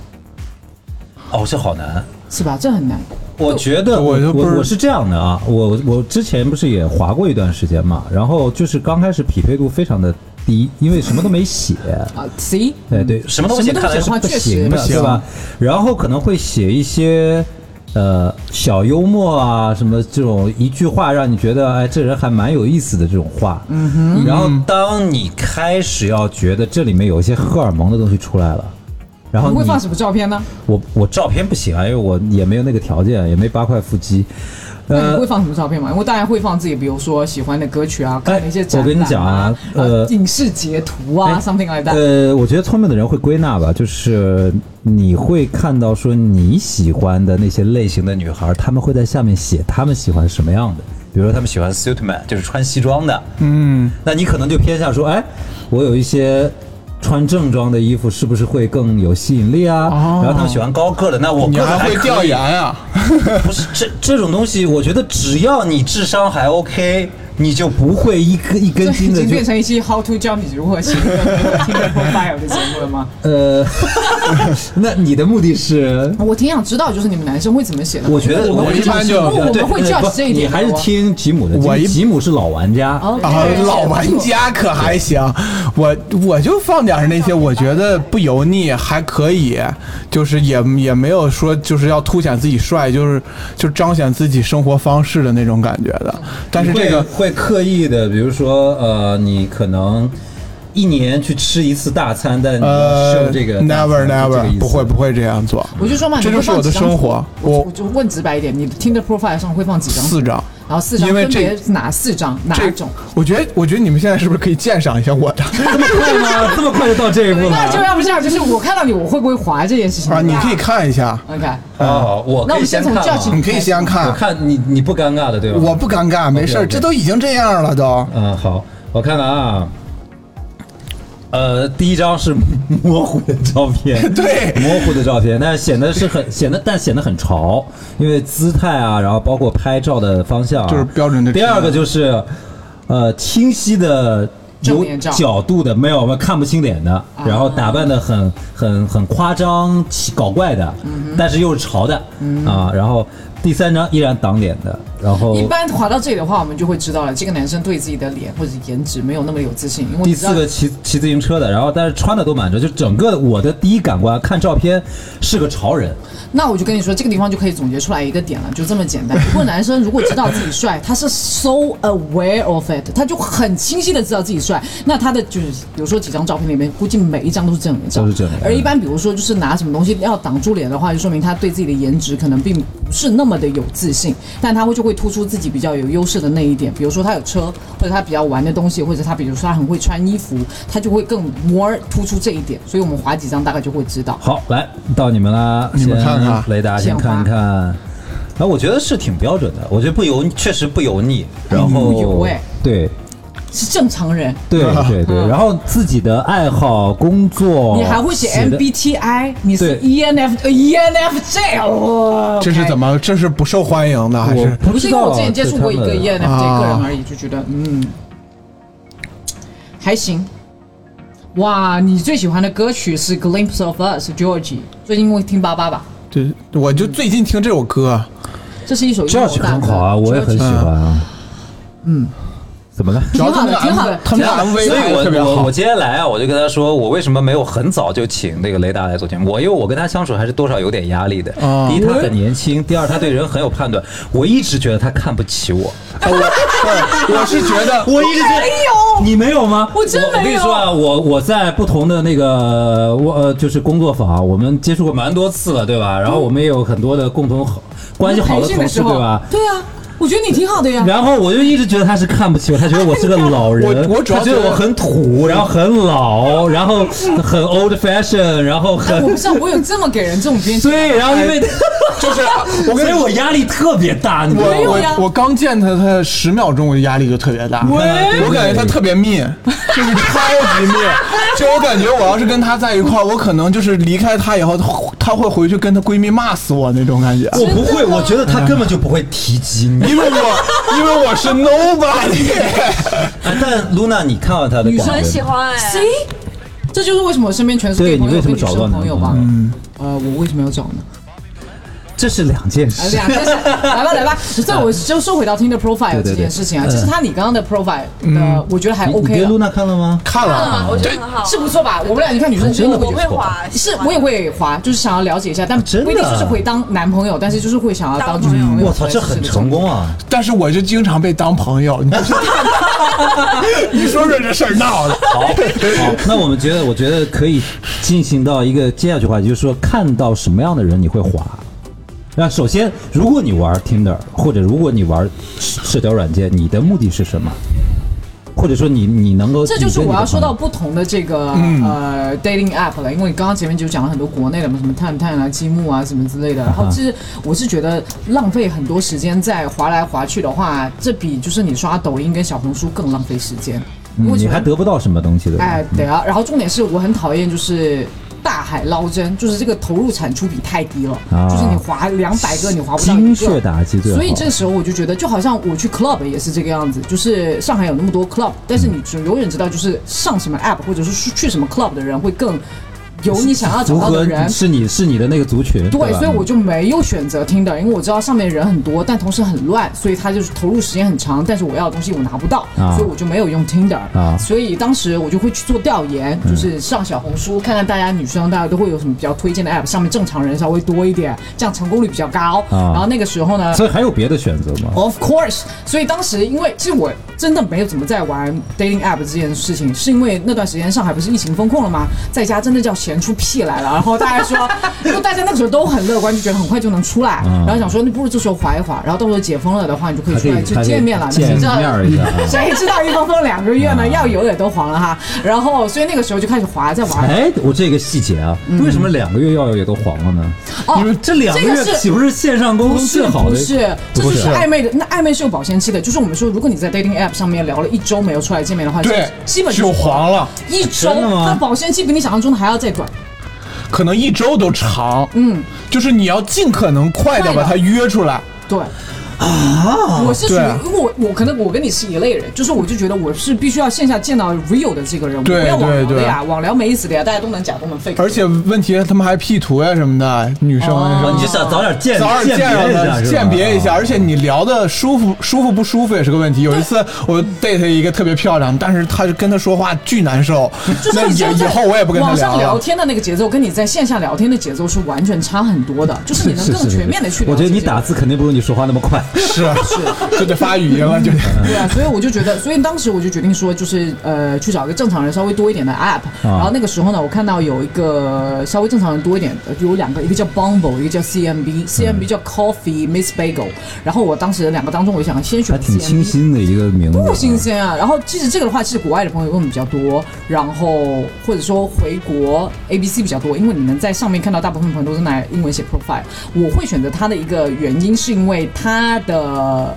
哦，这好难。是吧？这很难。我觉得我我就不我是我是这样的啊，我我之前不是也划过一段时间嘛，然后就是刚开始匹配度非常的低，因为什么都没写。啊，C，对对，嗯什么东西什么看东来西是的话不确行实的，不行对吧？然后可能会写一些呃小幽默啊，什么这种一句话让你觉得哎这人还蛮有意思的这种话。嗯哼。然后当你开始要觉得这里面有一些荷尔蒙的东西出来了，然后你会你放什么照片呢？我我照片不行啊，因为我也没有那个条件，也没八块腹肌。那你呃会，放什么照片吗？我当然会放自己，比如说喜欢的歌曲啊，看的一些展览、啊哎我跟你讲啊呃影视截图啊、哎 s o m e t h i n g like that。呃，我觉得聪明的人会归纳吧，就是你会看到说你喜欢的那些类型的女孩，她们会在下面写她们喜欢什么样的，比如说她们喜欢 suit man，就是穿西装的，嗯，那你可能就偏向说，哎，我有一些。穿正装的衣服是不是会更有吸引力啊？哦然后他们喜欢高个的，那我你个子还会可以调研啊？不是这这种东西，我觉得只要你智商还 OK，你就不会一根一根这已筋的经呃就变成一期 How to 教你如何写一个听 profile 的节目 了吗？呃。那你的目的是？我挺想知道，就是你们男生会怎么写的。我觉得们我会一般就因为我对们会呃 judge 不这一你点的。还是听吉姆的，我一吉吉姆是老玩家。哦啊，对老玩家可还行，我我就放点儿那些我觉得不油腻，还可以，就是也也没有说就是要凸显自己帅，就是就彰显自己生活方式的那种感觉的。但是这个嗯会会刻意的，比如说呃，你可能一年去吃一次大餐，但你要呃秀这个大餐，never 是这个 never 意思不会不会这样做，我就说嘛，这你会就是放我的几张生活图我我就问直白一点，你听的 profile 上会放几张？四，张。然后四张因为分别哪四张哪这种种？，我觉得我觉得你们现在是不是可以鉴赏一下我的这么快吗？这么快就到这一步 那就了？要不这样，就是我看到你，我会不会划这件事情啊？你可以看一下， OK，哦，我那可我以们先从看吗 judge 啊你可以先我看，看你你不尴尬的对吧？我不尴尬，没事儿， OK，OK 这都已经这样了都。嗯，好，我看看啊，呃，第一张是模糊的照片， 对模糊的照片，但是显得是很显得，但显得很潮，因为姿态啊，然后包括拍照的方向啊、就是标准的第二个就是，呃，清晰的。正有面照啊角度的没有，我们看不清脸的，然后打扮的很很很夸张、奇搞怪的，嗯但是又是潮的啊。然后第三张依然挡脸的，然后一般滑到这里的话，我们就会知道了，这个男生对自己的脸或者颜值没有那么有自信，因为第你知道四个骑骑自行车的，然后但是穿的都满着，就整个我的第一感官看照片是个潮人，那我就跟你说，这个地方就可以总结出来一个点了，就这么简单。不过男生如果知道自己帅，他是 so aware of it，他就很清晰的知道自己帅。那他的就是，比如说几张照片里面，估计每一张都是正脸照，都是正脸而一般比如说就是拿什么东西要挡住脸的话，就说明他对自己的颜值可能并不是那么的有自信，但他会就会突出自己比较有优势的那一点，比如说他有车，或者他比较玩的东西，或者他比如说他很会穿衣服，他就会更 more 突出这一点。所以我们划几张大概就会知道。好，来到你们啦，你们先看看雷达先鲜花看看，啊，我觉得是挺标准的，我觉得不油，确实不油腻，然后不油哎对是正常人。对对 对，然后自己的爱好、工作，你还会写哦的 MBTI，你是对 ENF 呃 ENFJ 哦，这是怎么？么？这是不受欢迎的还我是？不不是知因为道啊我之前接触过一个 E 对他们 ENFJ 个人啊而已，就觉得嗯，还行。哇，你最喜欢的歌曲是《Glimpse of Us》Georgie，最近会听八八吧？对，我就最近听这首歌，这是一首英国 Judge 大很歌好啊，我也很喜欢啊，嗯，怎么了？主要他们挺好的他挺们的好的 MV 所以拍的特别我我好我。接下来啊，我就跟他说，我为什么没有很早就请那个雷达来做节目？我因为我跟他相处还是多少有点压力的。哦第一，他很年轻；第二，他对人很有判断。我一直觉得他看不起我，啊我对我是觉得，我一直觉得你没有吗？我真没有我跟你说啊，我我在不同的那个我呃就是工作坊，我们接触过蛮多次了，对吧？然后我们也有很多的共同好关系好培的训同的事，时候对吧？对啊，我觉得你挺好的呀。 然后我就一直觉得他是看不起我，他觉得我是个老人，我我主要他觉得觉得我很土，然后很老，然后很 old fashion，然后哎我很不知道我有这么给人这种 偏见，对，然后因为就是我所以跟 我压力特别大，你知我道吗？有呀我我刚见他，他十秒钟我就压力就特别大，我感觉他特别密，就是超级密，就我感觉我要是跟他在一块儿，我可能就是离开他以后，他会回去跟他闺蜜骂死我那种感觉。我不会，我觉得他根本就不会提及你。 因为我因为我是 nobody，哎但露娜，你看到他的女感觉生很吗喜欢哎、谁？这就是为什么我身边全是对 gay 朋你友为什跟么女找到生呢朋友吧？呃，我为什么要找呢？这是两件哎事。呀，但是 来吧来吧，所以我就说回到听的 profile 对对对这件事情啊，嗯其实他你刚刚的 profile 的，我觉得还你你 OK 啊给露 了，娜看了吗？看了啊，啊，我觉得很好，是不错吧？我们俩你看女生真的不我我会滑，是我也会滑，就是想要了解一下，但真的啊不一定就是会当男朋友，但是就是会想要当女朋友。我操，这很成。功啊！但是我就经常被当朋友，你知道 吗你说说这事儿闹的，好，好，那我们觉得，我觉得可以进行到一个接下去话题，就是说看到什么样的人你会滑。那首先，如果你玩 Tinder 或者如果你玩社社交软件，你的目的是什么？或者说你你能够这就是我要说到你不同的这个嗯呃 dating app 了，因为你刚刚前面就讲了很多国内的嘛，什么探探啊、积木啊什么之类的。然嗯后其实我是觉得浪费很多时间在滑来滑去的话，这比就是你刷抖音跟小红书更浪费时间。跟你的朋因友嗯为什你么还得不到什么东西的。哎，对啊。然后重点是我很讨厌就是。大海捞针，就是这个投入产出比太低了，啊就是你划两百个，你划不到一个精确打击最好。所以这时候我就觉得，就好像我去 club 也是这个样子，就是上海有那么多 club，但是你只永远知道，就是上什么 app 或者是去什么 club 的人会更有你想要找符到的合人。是你是你的那个族群。对，吧所以我就没有选择听的，因为我知道上面人很多，但同时很乱，所以他就是投入时间很长，但是我要的东西我拿不到，啊所以我就没有用 Tinder、啊嗯所以当时我就会去做调研，就是上小红书看看大家女生大家都会有什么比较推荐的 app，上面正常人稍微多一点，这样成功率比较高。啊然后那个时候呢，所以还有别的选择吗？ Of course，所以当时因为其实我真的没有怎么在玩 dating app 这件事情，是因为那段时间上海不是疫情封控了吗？在家真的叫闲出屁来了。然后大家说，因为大家那个时候都很乐观，就觉得很快就能出来，嗯然后想说那不如这时候滑一滑，然后到时候解封了的话，你就可以还可出来以去还可以见面了。那见谁知道面一下啊。谁知道一封封两个月呢？嗯要有也都黄了哈。然后所以那个时候就开始滑，在玩。哎，我这个细节啊，为什么两个月药药也都黄了呢？哦你们这两个月这个是岂不是线上沟不通是最好的？不是，这就不是是暧昧的。那暧昧是有保鲜期的，就是我们说，如果你在 dating app 上面聊了一周没有出来见面的话，对，基本就黄了，一周，真的吗它保鲜期比你想象中的还要再短。可能一周都长，嗯，就是你要尽可能快的把快他约出来，对。啊，我是属于，对啊因为我我可能我跟你是一类人，就是我就觉得我是必须要线下见到 real 的这个人，我不对要网聊对的呀，网聊没意思的呀，大家都能假都能 fake。而且问题他们还 P 图呀什么的，女生哦那啊种。你就想早点见早点鉴见别着一下他，是吧，鉴别一下，啊而且你聊的舒服舒服不舒服也是个问题。有一次我 date 一个特别漂亮，但是她就跟她说话巨难受，就是那你以知道在以后我也不跟她网上聊了。天的那个节奏，跟你在线下聊天的节奏是完全差很多的，就是你能是是更是全面的去了解。我觉得你打字肯定不如你说话那么快。是是，就得发语音了，就得。嗯对啊，所以我就觉得，所以当时我就决定说，就是呃，去找一个正常人稍微多一点的 app、然啊后那个时候呢，我看到有一个稍微正常人多一点，呃有两个，一个叫 Bumble，一个叫嗯 CMB，CMB 叫 Coffee Miss Bagel。然后我当时两个当中，我就想先选还挺 CMB 清新的一个名字，不新鲜啊。然后其实这个的话，其实国外的朋友问的比较多，然后或者说回国 A B C 比较多，因为你能在上面看到大部分朋友都是拿英文写 profile。我会选择它的一个原因，是因为它的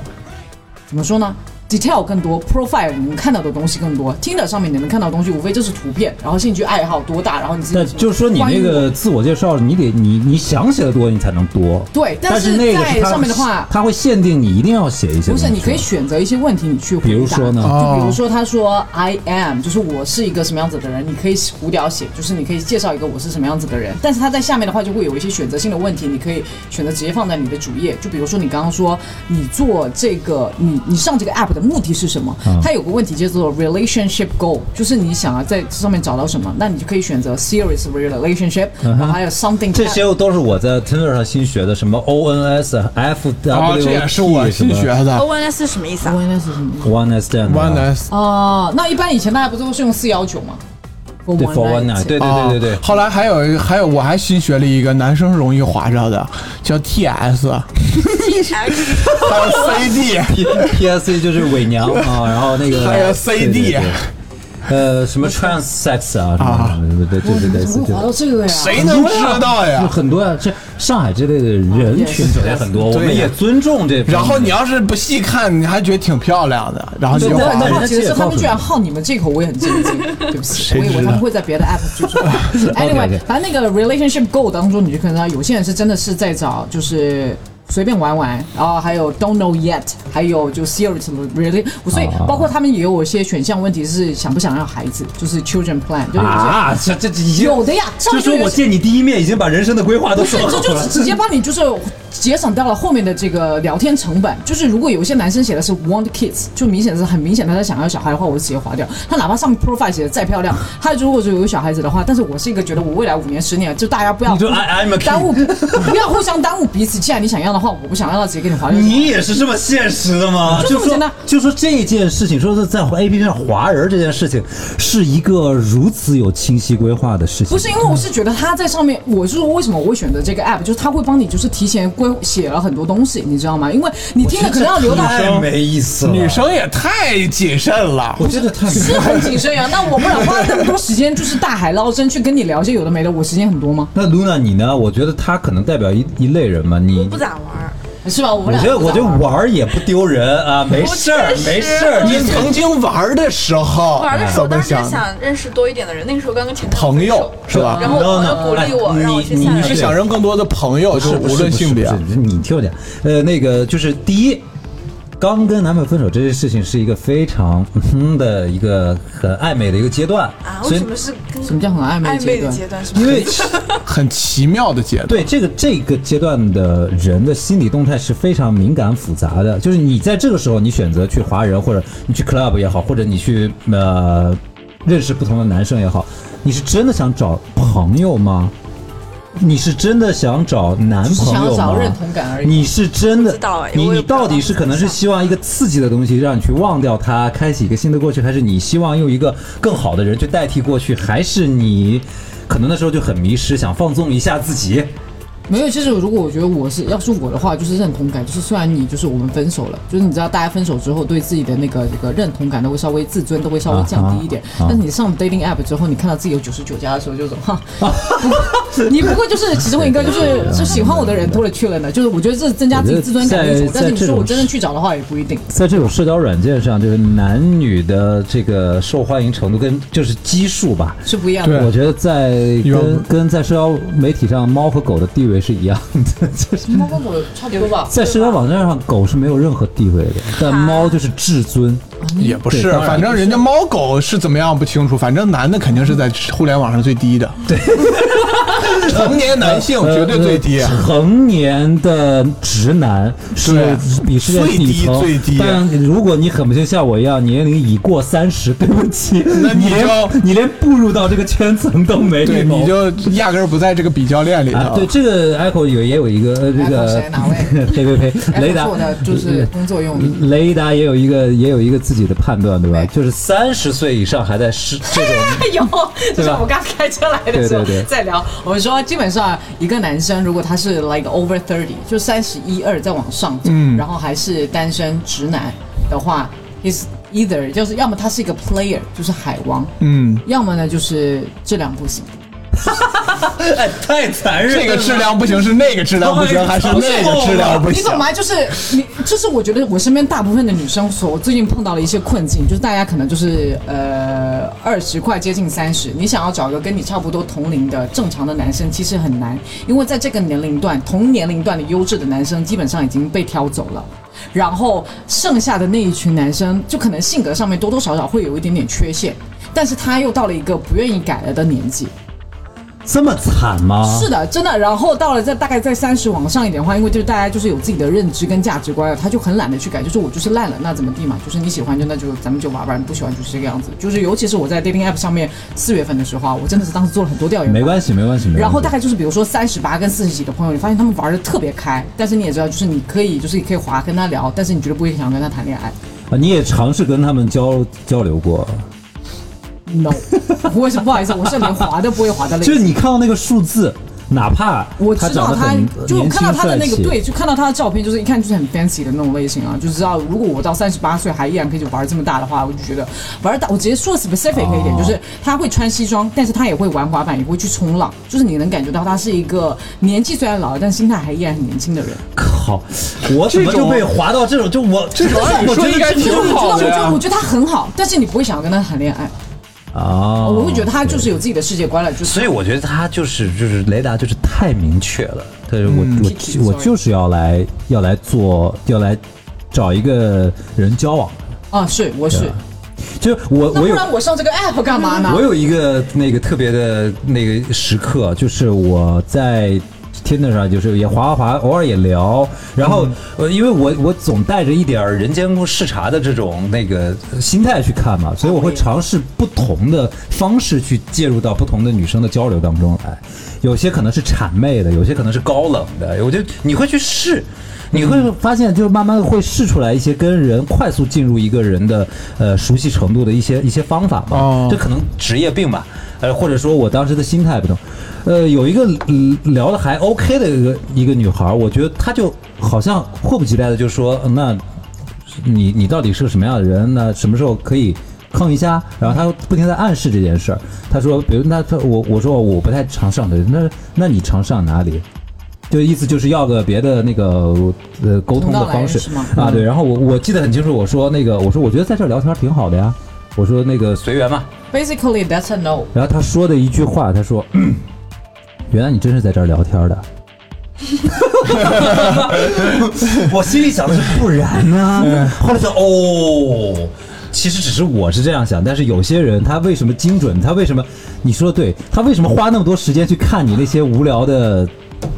怎么说呢？detail 更多，profile 你能看到的东西更多。听的上面你能看到的东西，无非就是图片，然后兴趣爱好多大，然后你自己但什么就是说你关那于个自我介绍，你得你你想写的多，你才能多。对，但但是那个在是它上面的话，它会限定你一定要写一些。不是你可以，选择一些问题你去回答。比如说呢，哦就比如说，他说 I am，就是我是一个什么样子的人，你可以胡聊写，就是你可以介绍一个我是什么样子的人。但是他在下面的话就会有一些选择性的问题，你可以选择直接放在你的主页。就比如说你刚刚说你做这个，你你上这个 app 的目的是什么？嗯它有个问题叫做 relationship goal，就是你想要在这上面找到什么，那你就可以选择 serious relationship，、然后嗯还有 something 这些都是我在 Tinder 上新学的，什么 O N S F 然后 W，哦这也是我新学的 O N S 是什么意思啊？我应该是什么？ One Night Stand 啊。 ，One S。哦、那一般以前大家不都是用四幺九吗？对 For ，For One Night，对对啊对对对。后来还有一还有，我还新学了一个男生容易划着的，叫 T S，还有 C D， P P S C 就是伪娘 啊，然后那个还有啊 CD 对对对呃，什么 transsex 啊，什么对对对对怎么对会滑对到。这个呀？谁能知道就呀？很多啊，这上海这类的人群也很多，我对们也尊重这方面。 然后你要是不细看，你还觉得挺漂亮的，然后你对，就我划很人家了。好奇介的是，绍他们出居来然好你们这口，我也很震惊。对不起，谁我以为知道他们会在别的 app 去做。Anyway，反正那个 relationship goal 当中，你就看到有些人是真的是在找，就是。随便玩玩，然后还有 don't know yet，还有就 serious really，所以包括他们也有一些选项问题是想不想要孩子，就是 children plan，就是有些啊，这这这已经有的呀就上面是就有我见你第一面已经把人生的规划都 不是说，好这了，就是直接帮你就是节省掉了后面的这个聊天成本。就是如果有一些男生写的是 want kids，就明显是很明显他在想要小孩的话，我就直接划掉。他哪怕上 profile 写的再漂亮，他如果是有小孩子的话，但是我是一个觉得我未来五年十年就大家不要你就 I- I'm a kid 耽误，不要互相耽误彼此。既然你想要的话，我不想要了，直接给你划掉。你也是这么现实的吗？就这么说简单就说这件事情，说是在 A P P 上划人这件事情，是一个如此有清晰规划的事情。不是因为我是觉得他在上面，我就是为什么我会选择这个 app，就是他会帮你就是提前规写了很多东西，你知道吗？因为你听了可能要留到。哎太没意思了，女生也太谨慎了。我觉得太没意思是了。很谨慎啊呀，那我不然花了那么多时间，就是大海捞针去跟你聊些有的没的，我时间很多吗？那 Luna 你呢？我觉得她可能代表一一类人嘛。你不咋玩儿，是吧？我我俩觉得我觉得玩儿也不丢人啊，没事儿不是没事儿。你曾经玩的时候玩儿的时候怎当么时想？想认识多一点的人，那个时候刚跟前男友朋分友手是吧？然后我朋友鼓励我，你让我去下哎你你载是想让更多的朋友，就是无论性别啊不，是不是你听我讲，呃，那个就是第一。刚跟男朋友分手这件事情是一个非常嗯哼的一个很暧昧的一个阶段，啊？所为以什么是跟什么叫很暧昧暧的阶昧的段？阶段？是吧 因为很奇妙的阶段。对这个这个阶段的人的心理动态是非常敏感复杂的，就是你在这个时候你选择去华人，或者你去 club 也好，或者你去呃认识不同的男生也好，你是真的想找朋友吗？你是真的想找男朋想友吗？要找认同感而已你是真的不知道哎你我也你不知道到底是可能是希望一个刺激的东西让你去忘掉它，开启一个新的过去，还是你希望用一个更好的人去代替过去，还是你可能那时候就很迷失，想放纵一下自己？没有，其实如果我觉得我是要是我的话，就是认同感，就是虽然你就是我们分手了，就是你知道大家分手之后对自己的那个这个认同感都会稍微自尊都会稍微降低一点，啊啊啊但是你上 dating app 之后，你看到自己有九十九加的时候就走哈，你不过就是其中一个就是就喜欢我的人多了去了呢，就是我觉得这是增加自己自尊感的一我觉种得，在但是你在这说种我真的去找的话也不一定。在这种社交软件上，就是男女的这个受欢迎程度跟就是基数吧。是不一样的，对我觉得在有跟跟在社交媒体上，猫和狗的地位是一样的， 就是猫跟狗差不多吧。在社交网站上，狗是没有任何地位的，但猫就是至尊。也不对是当，然反正人家猫狗是怎么样不清楚，反正男的肯定是在互联网上最低的。对，成年男性呃绝对最低啊呃。成年的直男是对啊鄙视链底层最低最低啊但如果你很不幸像我一样年龄已过三十，对不起，那你连就你连步入到这个圈层都没有，对，你就压根儿不在这个比较链里啊，头对。这个 Echo 有也有一个呃这 Echo 个谁哪 位呸呸呸，雷达做的就是哎工作用的。雷达也有一个也有一个自己的判断，对吧？对哎就是三十岁以上还在是这种， 有，就是我刚开车来的时候对对对在聊，我们说基本上一个男生如果他是 like over thirty，就三十一二再往上，嗯，然后还是单身直男的话，is either 就是要么他是一个 player，就是海王，嗯，要么呢就是质量不行。 哎，太残这个质量不行是那个质量不行，还是那个质量不你行？懂吗？就是你，就是我觉得我身边大部分的女生所，我最近碰到了一些困境，就是大家可能就是呃二十快接近三十，你想要找一个跟你差不多同龄的正常的男生，其实很难，因为在这个年龄段，同年龄段的优质的男生基本上已经被挑走了。然后剩下的那一群男生，就可能性格上面多多少少会有一点点缺陷，但是他又到了一个不愿意改了的年纪，这么惨吗？是的，真的。然后到了在大概在三十往上一点的话，因为就是大家就是有自己的认知跟价值观了，他就很懒得去改，就是我就是烂了，那怎么地嘛？就是你喜欢就那就咱们就玩玩，不喜欢就是这个样子。就是尤其是我在 dating app 上面四月份的时候啊，我真的是当时做了很多调研，没关系，没关系，没关系。然后大概就是比如说三十八跟四十几的朋友，你发现他们玩的特别开，但是你也知道，就是你可以就是你可以滑跟他聊，但是你绝对不会想跟他谈恋爱。啊，你也尝试跟他们交交流过， No，我是不好意思，我是连滑都不会滑的类就型是。你看到那个数字，哪怕我他知长道得他很，就我年看到轻他的帅那个气，对，就看到他的照片，就是一看就是很 fancy 的那种类型啊，就知道如果我到三十八岁还依然可以玩这么大的话，我就觉得玩大，我直接说 specific 一点，哦就是他会穿西装，但是他也会玩滑板，也会去冲浪，就是你能感觉到他是一个年纪虽然老了，但心态还依然很年轻的人。靠，我怎么就被划到这种？就我这种按 理我说觉得应该这挺就是我好觉的呀得，我觉得我觉得他很好，但是你不会想要跟他谈恋爱，啊，我会觉得他就是有自己的世界观了，就是所以我觉得他就是就是雷达就是太明确了，他是我、 Picky，我我 sorry 就是要来要来做要来找一个人交往，啊，是我是，就是我那我不有然我上这个 app 干嘛呢我？有一个那个特别的那个时刻，就是我在 Tinder 上就是也滑滑滑，偶尔也聊。然后、呃，因为我我总带着一点儿人间视察的这种那个心态去看嘛，所以我会尝试不同的方式去介入到不同的女生的交流当中来。有些可能是谄媚的，有些可能是高冷的，我觉得你会去试。你会发现，就是慢慢会试出来一些跟人快速进入一个人的呃熟悉程度的一些一些方法吧。哦这可能职业病吧，呃，或者说我当时的心态不同。呃，有一个嗯聊的还 OK 的一个一个女孩，我觉得她就好像迫不及待的就说，嗯那你你到底是个什么样的人？那什么时候可以碰一下？然后他不停地在暗示这件事儿。他说，比如那他我我说我不太常上的，那那你常上哪里？就意思就是要个别的那个呃沟通的方式通道来源是嗯啊，对。然后我我记得很清楚，我说那个我说我觉得在这儿聊天挺好的呀，我说那个随缘嘛。 Basically that's a no。然后他说的一句话，他说：“ 嗯原来你真是在这儿聊天的。” 我心里想的是不然呢、后来想哦，其实只是我是这样想，但是有些人他为什么精准？他为什么你说的对？他为什么花那么多时间去看你那些无聊的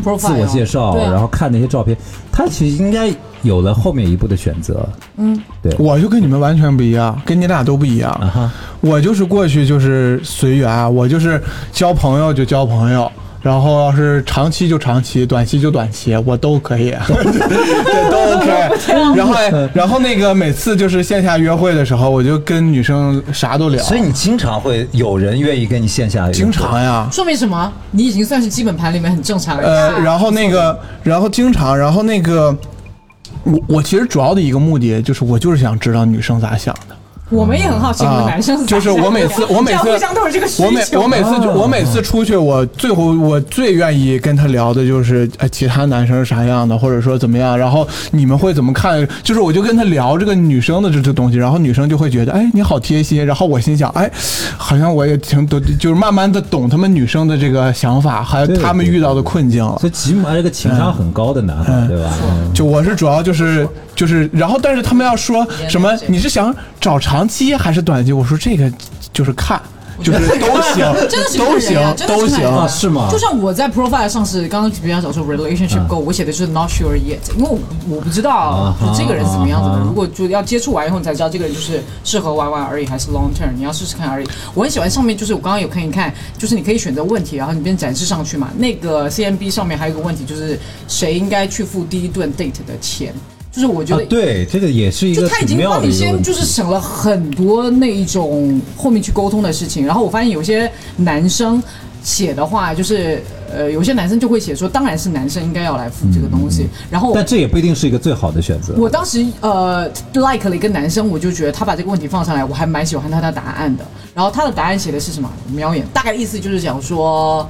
Profile 自我介绍，对啊然后看那些照片？他其实应该有了后面一步的选择。嗯，对，我就跟你们完全不一样，跟你俩都不一样。啊哈，我就是过去就是随缘，啊我就是交朋友就交朋友，然后要是长期就长期，短期就短期，我都可以， 对，都 OK。然后哎，然后那个每次就是线下约会的时候，我就跟女生啥都聊，所以你经常会有人愿意跟你线下约会经常呀。说明什么？你已经算是基本盘里面很正常的人。呃，然后那个，然后经常，然后那个，我我其实主要的一个目的就是我就是想知道女生咋想的。我们也很好奇，我们男生啊就是我每次我每次这样互相都有这个需求。我每我每次啊就我每次出去，我最后我最愿意跟他聊的就是哎，其他男生是啥样的，或者说怎么样，然后你们会怎么看？就是我就跟他聊这个女生的这这东西，然后女生就会觉得哎你好贴心，然后我心想哎，好像我也挺懂，就是慢慢的懂他们女生的这个想法，还有对他们遇到的困境了。所以吉姆还是个情商很高的男孩，哎对吧？嗯就我是主要就是就是，然后但是他们要说什么了解，，你是想找长期还是短期？我说这个就是看，就是都行真的是都看人行啊真，的是都看人啊，行。是吗？啊就像我在 profile 上是刚刚比较少说 relationship goal，、我写的就是 not sure yet，因为我我不知道哈就这个人怎么样啊子哈的。如果就要接触完以后，你才知道这个人就是适合玩玩而已，还是 long term，你要试试看而已。我很喜欢上面就是我刚刚有看一看，就是你可以选择问题，然后你便展示上去嘛。那个 CMB 上面还有一个问题就是谁应该去付第一顿 date 的钱，就是我觉啊得、，对，这个也是一就个他已挺经妙帮的你一个先问就题。是省了很多那一种后面去沟通的事情。然后我发现有些男生写的话，就是呃，有些男生就会写说，当然是男生应该要来付这个东西。然后嗯但这也不一定是一个最好的选择。我当时呃 like 了一个男生，我就觉得他把这个问题放上来，我还蛮喜欢他的答案的。然后他的答案写的是什么？瞄眼，大概意思就是讲说，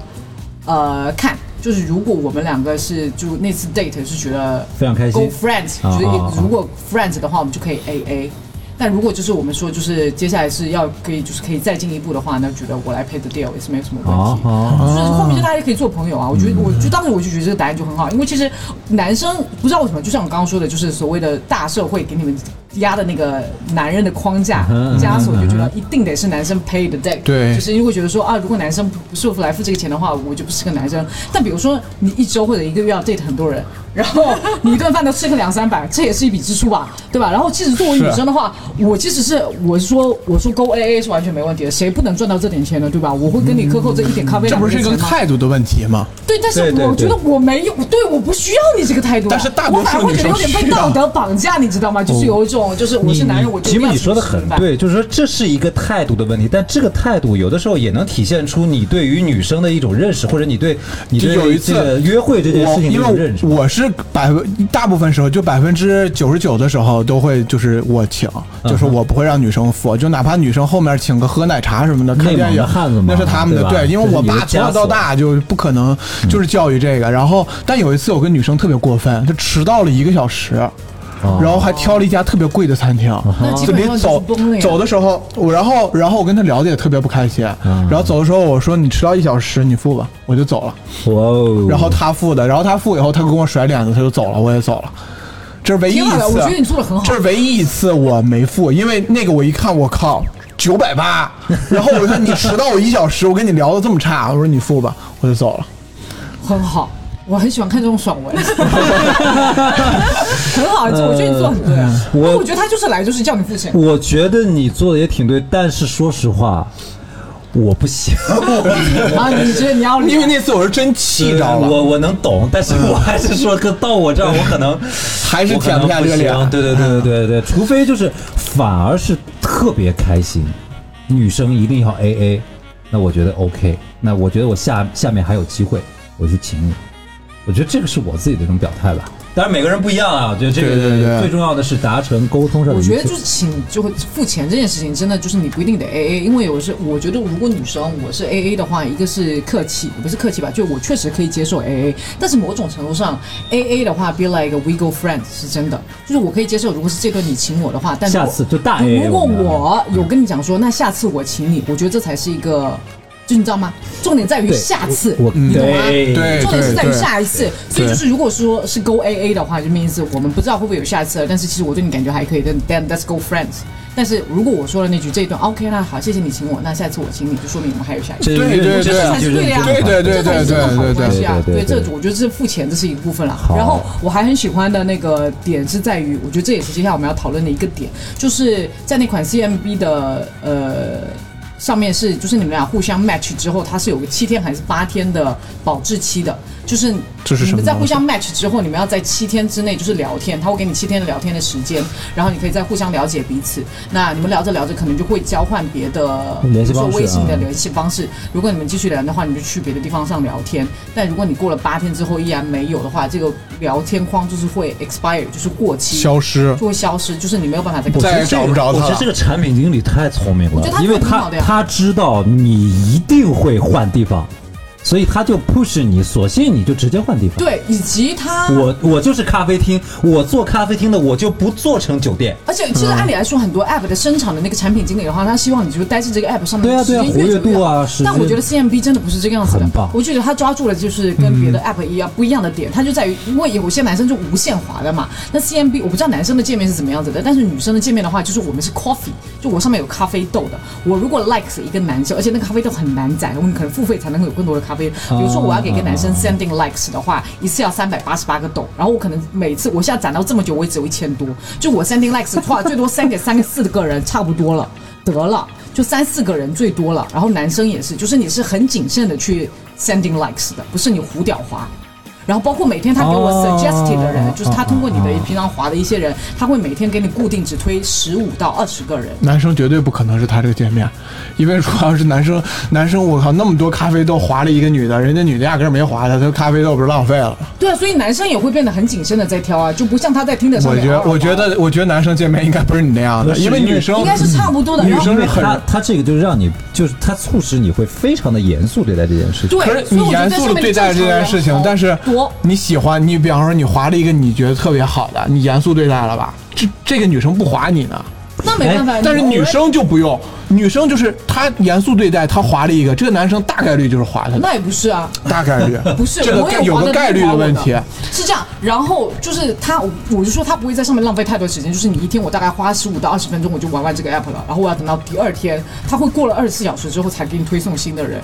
呃，看。就是如果我们两个是就那次 date 是觉得非常开心 go friends，啊就是啊啊如果 friends 的话，我们就可以 A A。但如果就是我们说就是接下来是要可以就是可以再进一步的话，那觉得我来 pay the deal 也是没有什么问哦题。哦，就是后面就大家可以做朋友啊。我嗯觉得，我就当时我就觉得这个答案就很好，因为其实男生不知道为什么，就像我刚刚说的，就是所谓的大社会给你们压的那个男人的框架嗯枷锁，就觉得一定得是男生 pay the debt，对就是因为觉得说啊，如果男生不不是来付这个钱的话，我就不是个男生。但比如说你一周或者一个月要 date 很多人，然后你一顿饭都吃个两三百，这也是一笔支出吧，对吧？然后其实作为女是生 的话，我其实是我是说我说 go AA 是完全没问题的，谁不能赚到这点钱呢，对吧？我会跟你克扣这一点嗯咖啡。嗯这不是一个态度的问题吗？对，但是对对我觉对得我没有，对，我不需要你这个态度啊。但是大多我反而数会觉得女有生啊嗯点被需要道德绑架，你知道吗？就是有一种，就是我你是男人，我就吉一定姆要你说的怎么很怎么办。对，就是说这是一个态度的问题，但这个态度有的时候也能体现出你对于女生的一种认识，或者你对你就对有一这个次约会这件事我情的一因种认为识。我是百分大部分时候就百分之九十九的时候都会就是我请，就是嗯我不会让女生付，就哪怕女生后面请个喝奶茶什么的，看内蒙电的影汉子嘛那是他们的对吧对，因为这是我你爸的从小枷到锁大就不可能嗯就是教育这个。然后但有一次我跟女生特别过分，她迟到了一个小时，哦嗯然后还挑了一家特别贵的餐厅，那基就本临上就是走崩了呀走的时候，我然后然后我跟他聊的也特别不开心，嗯然后走的时候我说你迟到一小时，你付吧，我就走了。哇哦，嗯然后他付的，然后他付以后，他跟我甩脸子，他就走了，我也走了。这是唯一一挺好的，我觉得你次，做的很啊好这。是唯一一次我没付，因为那个我一看，我靠，九百八，然后我说你迟到我一小时，我跟你聊的这么差，我说你付吧，我就走了。很好。我很喜欢看这种爽文， 很好，我觉得你做得很对啊。我我觉得他就是来就是叫你付钱，我觉得你做的也挺对，但是说实话，我不行。然后啊你觉得你要因为那次我是真气着了，我我能懂，但是我还是说，可到我这儿，我可能还是我可能舔不下这个行脸对对对对对对，除非就是反而是特别开心，女生一定要 A A，那我觉得 OK，那我觉得我下下面还有机会，我去请你。我觉得这个是我自己的一种表态吧。当然每个人不一样啊，我觉得这个对对对最重要的是达成沟通上的我一致。觉得就是请就会付钱这件事情，真的就是你不一定得 A A，因为有时我觉得如果女生我是 A A 的话，一个是客气，不是客气吧，就我确实可以接受 A A，但是某种程度上 A A 的话，be like a we go friend 是真的，就是我可以接受，如果是这顿你请我的话，但是我下次就大 AA 如果我们我有跟你讲说，那下次我请你，我觉得这才是一个，就你知道吗？重点在于对下次，我你懂吗？对嗯对重点是在于对下一次，所以就是如果说是 go AA 的话，就 means 我们不知道会不会有下次了，但是其实我对你感觉还可以，但但 let's go friends。但是如果我说了那句这一段 OK 那好，谢谢你请我，那下次我请你，就说明我们还有下一次。这对对对这这才就是对的呀，这对对对这才是真的好关系啊！对对对对这我觉得这是付钱，这是一个部分了好。然后我还很喜欢的那个点是在于，我觉得这也是接下来我们要讨论的一个点，就是在那款 CMB 的呃上面是，就是你们俩互相 match 之后，它是有个七天还是八天的保质期的，就是这是什你么们在东互西相 match 之后，你们要在七天之内就是聊天，他会给你七天的聊天的时间，然后你可以再互相了解彼此。那你们聊着聊着，可能就会交换别的，比联如系说方式微信的啊联系方式。如果你们继续聊的话，你就去别的地方上聊天。但如果你过了八天之后依然没有的话，这个聊天框就是会 expire，就是过期，消失。就会消失，就是你没有办法再跟。再也找不着他我觉得这个产品经理太聪明我觉得了，他因为做得挺他好的呀他知道你一定会换地方，所以他就 push 你，索性你就直接换地方。对，以及他我我就是咖啡厅，我做咖啡厅的，我就不做成酒店。而且其实按理来说，很多嗯 app 的生产的那个产品经理的话，他希望你就待在这个 app 上面对啊的时对啊间越久越好，活跃度啊时间但我觉得 CMB 真的不是这个样子的，很棒嗯我觉得他抓住了就是跟别的 app 一样、不一样的点，他就在于，因为有些男生就无限滑的嘛，那 CMB 我不知道男生的界面是怎么样子的，但是女生的界面的话，就是我们是 coffee，就我上面有咖啡豆的，我如果 likes 一个男生，而且那个咖啡豆很难攒，我们可能付费才能有更多的咖啡，比如说我要给一个男生 sending likes 的话，一次要三百八十八个豆，然后我可能每次我现在攒到这么久，我也只有一千多，就我 sending likes 的话，最 多 send 给三个四个人差不多了，得了，就三四个人最多了。然后男生也是，就是你是很谨慎的去 sending likes 的，不是你胡屌滑。然后包括每天他给我哦 suggested 的人，哦就是他通过你的平常滑的一些人，他会每天给你固定只推十五到二十个人。男生绝对不可能是他这个界面，因为如果要是男生，男生我靠那么多咖啡豆划了一个女的，人家女的压根儿没划他，他咖啡豆不是浪费了？对啊，所以男生也会变得很谨慎的在挑啊，就不像他在听的上我面哦觉偶得，尔滑。我觉得，我觉得男生界面应该不是你那样不的，是因为女生应该是差不多的。女然后生是很他他这个就让你就是他促使你会非常的严肃对待这件事情。对，可是你严肃的对待这件事情，但是哦多你喜欢你，比方说你划了一个你觉得特别好的，你严肃对待了吧？这这个女生不划你呢，那没办法。哎但是你女生就不用，女生就是她严肃对待，她划了一个，这个男生大概率就是划她的，那也不是啊，大概率不是，这个我概也有滑个得概率挺的好问题。啊是这样。然后就是他，我我就说他不会在上面浪费太多时间，就是你一天我大概花十五到二十分钟我就玩完这个 app 了，然后我要等到第二天，他会过了二十四小时之后才给你推送新的人。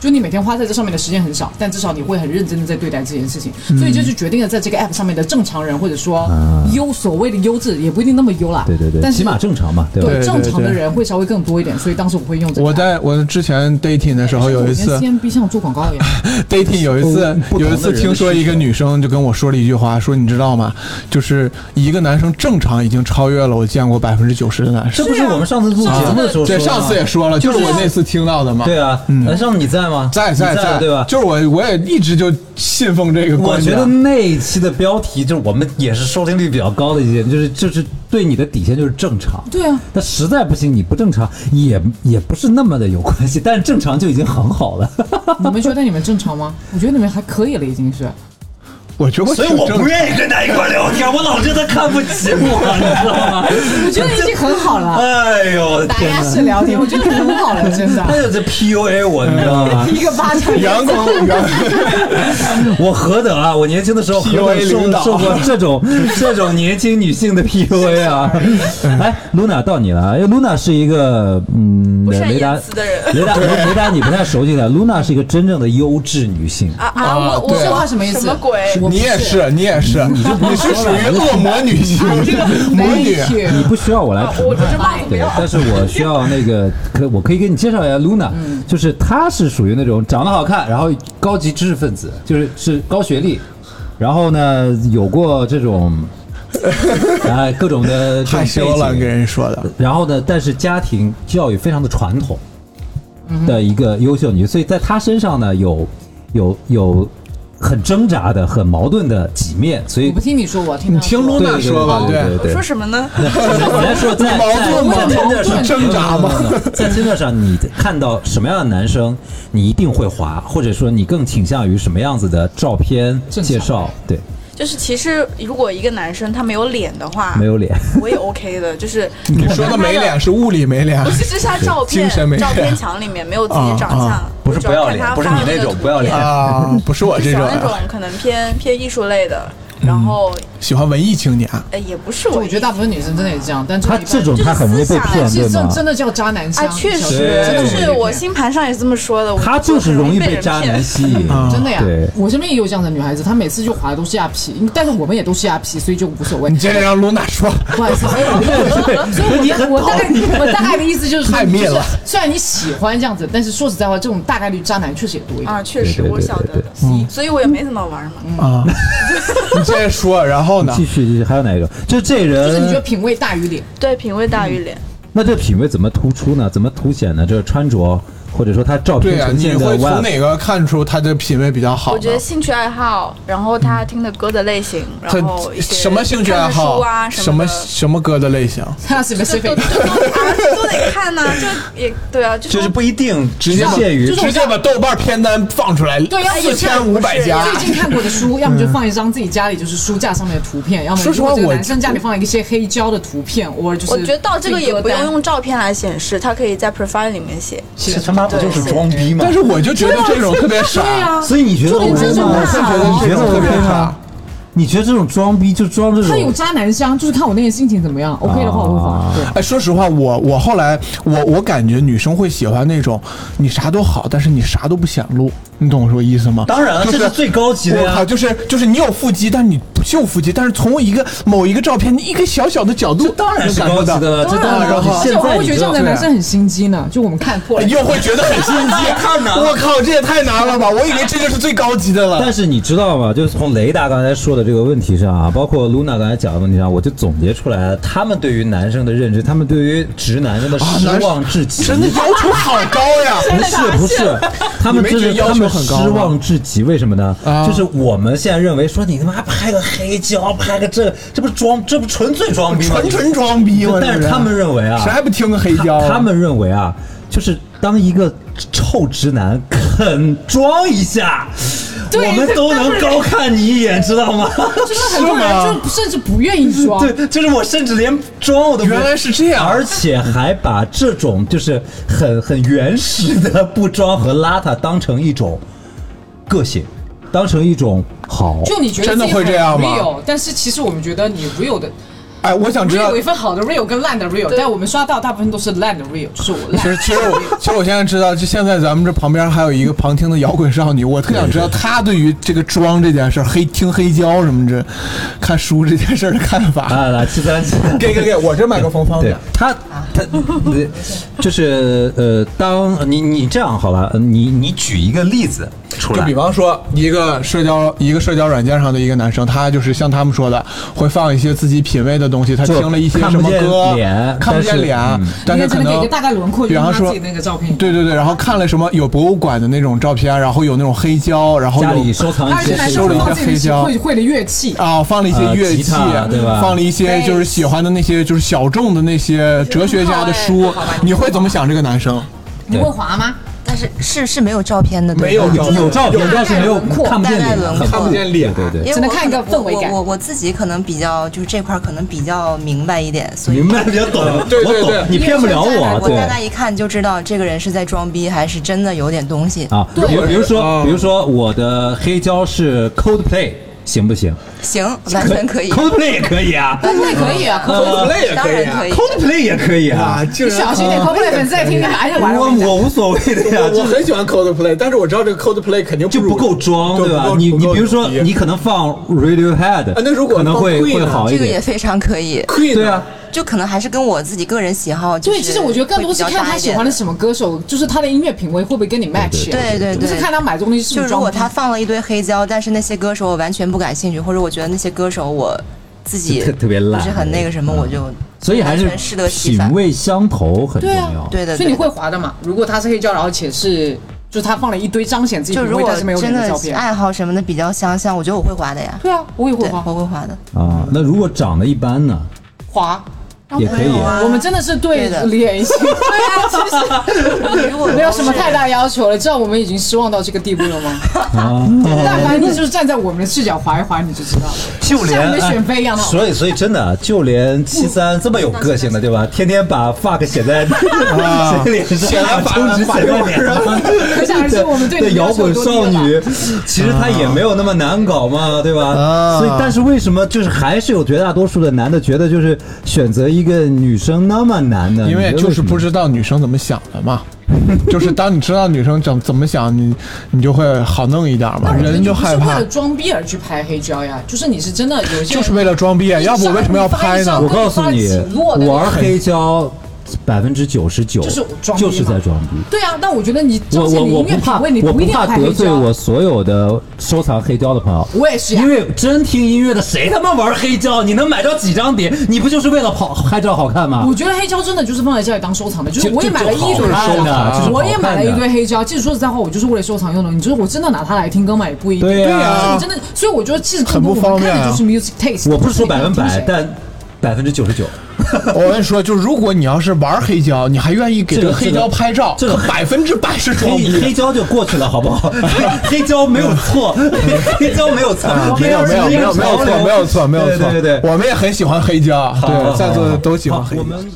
就你每天花在这上面的时间很少，但至少你会很认真的在对待这件事情，嗯所以这就决定了在这个 app 上面的正常人或者说啊优所谓的优质也不一定那么优啦，对对对，但是起码正常嘛，对吧？对正常的人会稍微更多一点，所以当时我会用这个 app。我在我之前 dating 的时候有一次 CMB 像做广告啊一样， dating 有一次不同的有一次听说一个女生就跟我说了一句话，说你知道吗？就是一个男生正常已经超越了我见过百分之九十的男这不生。啊是我们上次录上次节目的时候说的对，吗上次也说了，就是我那次听到的嘛。对啊，那上次你在吗？在你在在对吧？就是我我也一直就信奉这个我观觉点。得那一期的标题就是我们也是收听率比较高的一些，就是就是对你的底线就是正常。对啊，那实在不行，你不正常也也不是那么的有关系，但是正常就已经很好了。你们觉得你们正常吗？我觉得你们还可以了，已经是。我觉 得所以挺我正不愿意跟他一块聊天，我老觉得他看不起我，你知道吗？我觉得已经很 好了，哎呦打天 压哪！式聊天，我觉得很好了，真哎他的。就在 PUA 我，你知道吗？一个巴 掌，阳光阳 我何等啊！我年轻的时候何 PUA 等受领导受过这种 这种年轻女性的 PUA 啊！ 哎，Luna 到你了，因为 Luna 是一个嗯，不善雷达言辞的人雷达雷达你不太熟悉的，Luna 是一个真正的优质女性。啊啊！啊我我对这话什么意思？什么鬼？你也是，你也是，你是属于恶魔女性， 魔女。你不需要我来评我这判，帽子不对要，但是我需要那个，可我可以给你介绍一下 Luna，、就是她是属于那种长得好看，然后高级知识分子，就是是高学历，然后呢有过这种，哎各种的这种害羞了，背景跟人说的。然后呢，但是家庭教育非常的传统的一个优秀女，所以在她身上呢有有有很挣扎的、很矛盾的几面，所我以不听你说，我听你他听说露娜说吧，对对对对对说什么呢？ 我来说在矛盾吗在在 Tinder 上挣扎吗？没有没有没有在 Tinder 上，你看到什么样的男生，你一定会滑，或者说你更倾向于什么样子的照片正常哎介绍？对，就是其实如果一个男生他没有脸的话，没有 脸。我也 OK 的，就是你说的没脸是物理没脸不，是就是他照片精神没照脸片墙里面没有自己长啊相啊，不是我主不要看脸他不是发你的那个种图不要脸片啊，不是我就这喜种欢那种可能偏偏艺术类的，然后喜欢文艺青年。啊呃也不是我觉得大部分女生真的也这样，但他这种他很容易被骗，其对实吗真？真的叫渣男啊香，确小实时候真就的容易被是骗我星盘上也是这么说的，我他就是很容易被被人渣骗男吸引，啊真的呀对，我身边也有这样的女孩子，她每次就滑的都是亚皮，但是我们也都是亚皮，所以就无所谓你。接着让露娜说，不好意思，所以啊我我大概我大概的意思就是说，就是虽然你喜欢这样子，但是说实在话，这种大概率渣男确实也多一点。啊，确实对对对我晓对得对，所以我也没怎么玩嘛。嗯啊， 你接着说，然后呢 继？续继续，还有哪一种？就这就是你觉得人，品味大于脸，对，品味大于脸，那这品味怎么突出呢？怎么凸显呢？就是穿着，或者说他照对片呀、呈你现的会从外哪个看出他的品味比较好我呢觉？得兴趣爱好，然后他听的歌的类型，然后一他些什么兴趣爱看的好书啊什么么的什么歌的类型？他是不这是都都都啊，这都得看呐，这也对啊，就是不一定直直接把限于就是我直接把豆瓣片单放出来， 对哎要四千五百家。最近看过的书，要么就放一张自己家里就是书架上面的图片，要么就是男生家里放一些黑胶的图片，或者就是我觉得到这个也不用用照片来显示，它可以在 profile 里面写。这他妈不就是装逼吗但？是我就觉得这啊种特别傻，所以你觉得 OK 我吗？是觉得你觉这得种特别 OK 傻吗？。你觉得这种装逼就装这他有种？渣男香，就是看我那天心情怎么样，OK 的话我会放。对，哎，说实话，我我后来我我感觉女生会喜欢那种你啥都好，但是你啥都不显露，你懂我说意思吗？当然了，就这是是最高级的我靠，呀。就是就是你有腹肌，但你不秀腹肌，但是从一个某一个照片，你一个小小的角度，当然是能高感受级到的，了，这当然高级然后。现我在会你觉得知这道样的男生很心机呢，就我们看破了。又会觉得很心机， 太难了我靠，这也太难了吧！我以为这就是最高级的了。但是你知道吗？就是从雷达刚才说的这个问题上啊，包括 Luna 刚才讲的问题上，我就总结出来了，他们对于男生的认知，他们对于直男真的啊失男生望至极，真的要求好高呀！ 不是不是，他们你没真觉得的要他求们很高吗失望至极，为什么呢？啊就是我们现在认为说你他妈拍个黑胶，拍个这，这不是装，这不纯粹装逼吗？纯纯装逼嘛！但是他们认为啊，谁还不听个黑胶啊？他们认为啊，就是当一个臭直男肯装一下，对我们都能高看你一眼，知道吗？就是很多人就甚至不愿意装。 对，就是我甚至连装我都不原来是这样而且还把这种就是很很原始的不装和邋遢当成一种个性，当成一种好。就你觉得真的会这样吗 r e a 但是其实我们觉得你 real 的哎，我想知道 real 有一份好的 real 跟烂的 real，但我们刷到大部分都是烂的 real，就是我其实，烂。其实我，其实我现在知道，就现在咱们这旁边还有一个旁听的摇滚少女，我特想知道她对于这个装这件事儿、黑听黑胶什么这、看书这件事儿的看法。啊，来七三七三。 给给给，我这麦克风方对便。他，他，呃就是呃，当你你这样好吧，你你举一个例子出就来比，方说，一个社交一个社交软件上的一个男生，他就是像他们说的，会放一些自己品味的东西，他就听了一些看什不么见歌，脸看不但见是脸嗯，但是应该可只能给能一个大概轮廓，比方就是他说自己那个照片。对对对，然后看了什么有博物馆的那种照片，然后有那种黑胶，然后家有里收藏而一且些男黑生收了一胶个放自己黑胶会会的乐器，啊，放了一些呃乐吉器，他对吧放了一些就是喜欢的那些就是小众的那些哲学家的书，你会怎么想这个男生？你会滑吗？但是是是没有照片的，对吧没有照片有照片，但是没有大概轮廓看不见大概脸，轮廓很看不见脸对对对，因为只能我看一个可能氛围感我我我自己可能比较就是这块儿可能比较明白一点，所以明白比较懂，对我对懂对你骗不了我对大概一看就知道这个人是在装逼还是真的有点东西。啊。比如比如说嗯比如说我的黑胶是 Coldplay，行不行行，完全可以， ？Coldplay 也可以啊那也可以啊，可呃，cosplay 也当可以然啊可以。 ，Coldplay 也可以啊啊，。嗯你竟然小心点，会不会粉丝在听你们？哎呀，完了，我跟你讲我无所谓的呀，我就我是很喜欢 cosplay，但是我知道这个 cosplay 肯定就如不够装，就对不吧？够你不你够比如说，低你可能放 Radiohead，啊那如果可能放会 Queen 会呢好一这个也点，非常可以， Queen 对啊，就可能还是跟我自己个人喜好就是对，其实我觉得更多是看他喜欢的会什么歌手，就是他的音乐品味会不会跟你 match。对对对就是看他买东西是不是比较大一点。就如装果逼他放了一堆黑胶，但是那些歌手我完全不感兴趣，或者我觉得那些歌手我自己就特特别烂不是很那个什么，我就所以还是完全适得其品反。味相投很重对啊要。对对，所以你对会划的嘛？如果他是黑胶，然后且是就他放了一堆彰显自己就品如味果但是没有真脸的的照片，爱好什么的比较相像，我觉得我会划的呀。对啊，我也会对，划我会划的。啊，那如果长得一般呢，划。也可以啊。我们真的是对对的脸型，对啊，如果其实 没有什么太大要求了。知道我们已经失望到这个地步了吗？但凡你就是站在我们的视角划一划，你就知道了。就像连你的选妃一样的好所以所以真的，就连七三这么有个性的，对吧？天天把 fuck 写在 写在脸上，写在充值写在脸上。可想而知，我们对对你的摇要求滚有多低少了吧女，其实她也没有那么难搞嘛，对吧？啊所以，但是为什么就是还是有绝大多数的男的觉得就是选择一个女生那么难呢？因你为觉得就为嗯什是么不知道女生怎么想 的嘛。就是当你知道女生怎怎么想，你你就会好弄一点嘛。人就害不是为怕了，装逼而去拍黑胶呀，就是你是真的有一些就是为了装逼，啊要不我为什么要拍呢我？告诉你发起落，的那种玩黑胶百分之九十九就是装逼嘛就是在装逼。对啊，但我觉得你我彰显我你我音乐不怕，品味，你我一不定要怕拍得黑罪啊胶。啊我所有的收藏黑胶的朋友。我也是呀因，为真听音乐的谁他妈玩黑胶？你能买着几张碟？你不就是为了跑拍照好看吗我？觉得黑胶真的就是放在家里当收藏的，就是就我也买了一堆啊就就好看的啊就黑是好看的胶，我也买了一堆黑胶。其实说实在话，我就是为了收藏用的。你说我真的拿它来听歌嘛，也不一定。对啊呀就是我真的，所以我觉得其实更多很不方便啊我们看的就是 music taste。我不是说百分就是百你，听谁但百分之九十九。我跟你说，就如果你要是玩黑胶，你还愿意给这这个个黑胶拍照，这个这个百分之百是装黑逼。黑胶就过去了，好不 好？黑黑胶没有错，黑黑胶没有错，啊没有没有没有没有错没有错没有错，对对对对。我们也很喜欢黑胶，好好对，在座的都喜欢好黑我胶。们。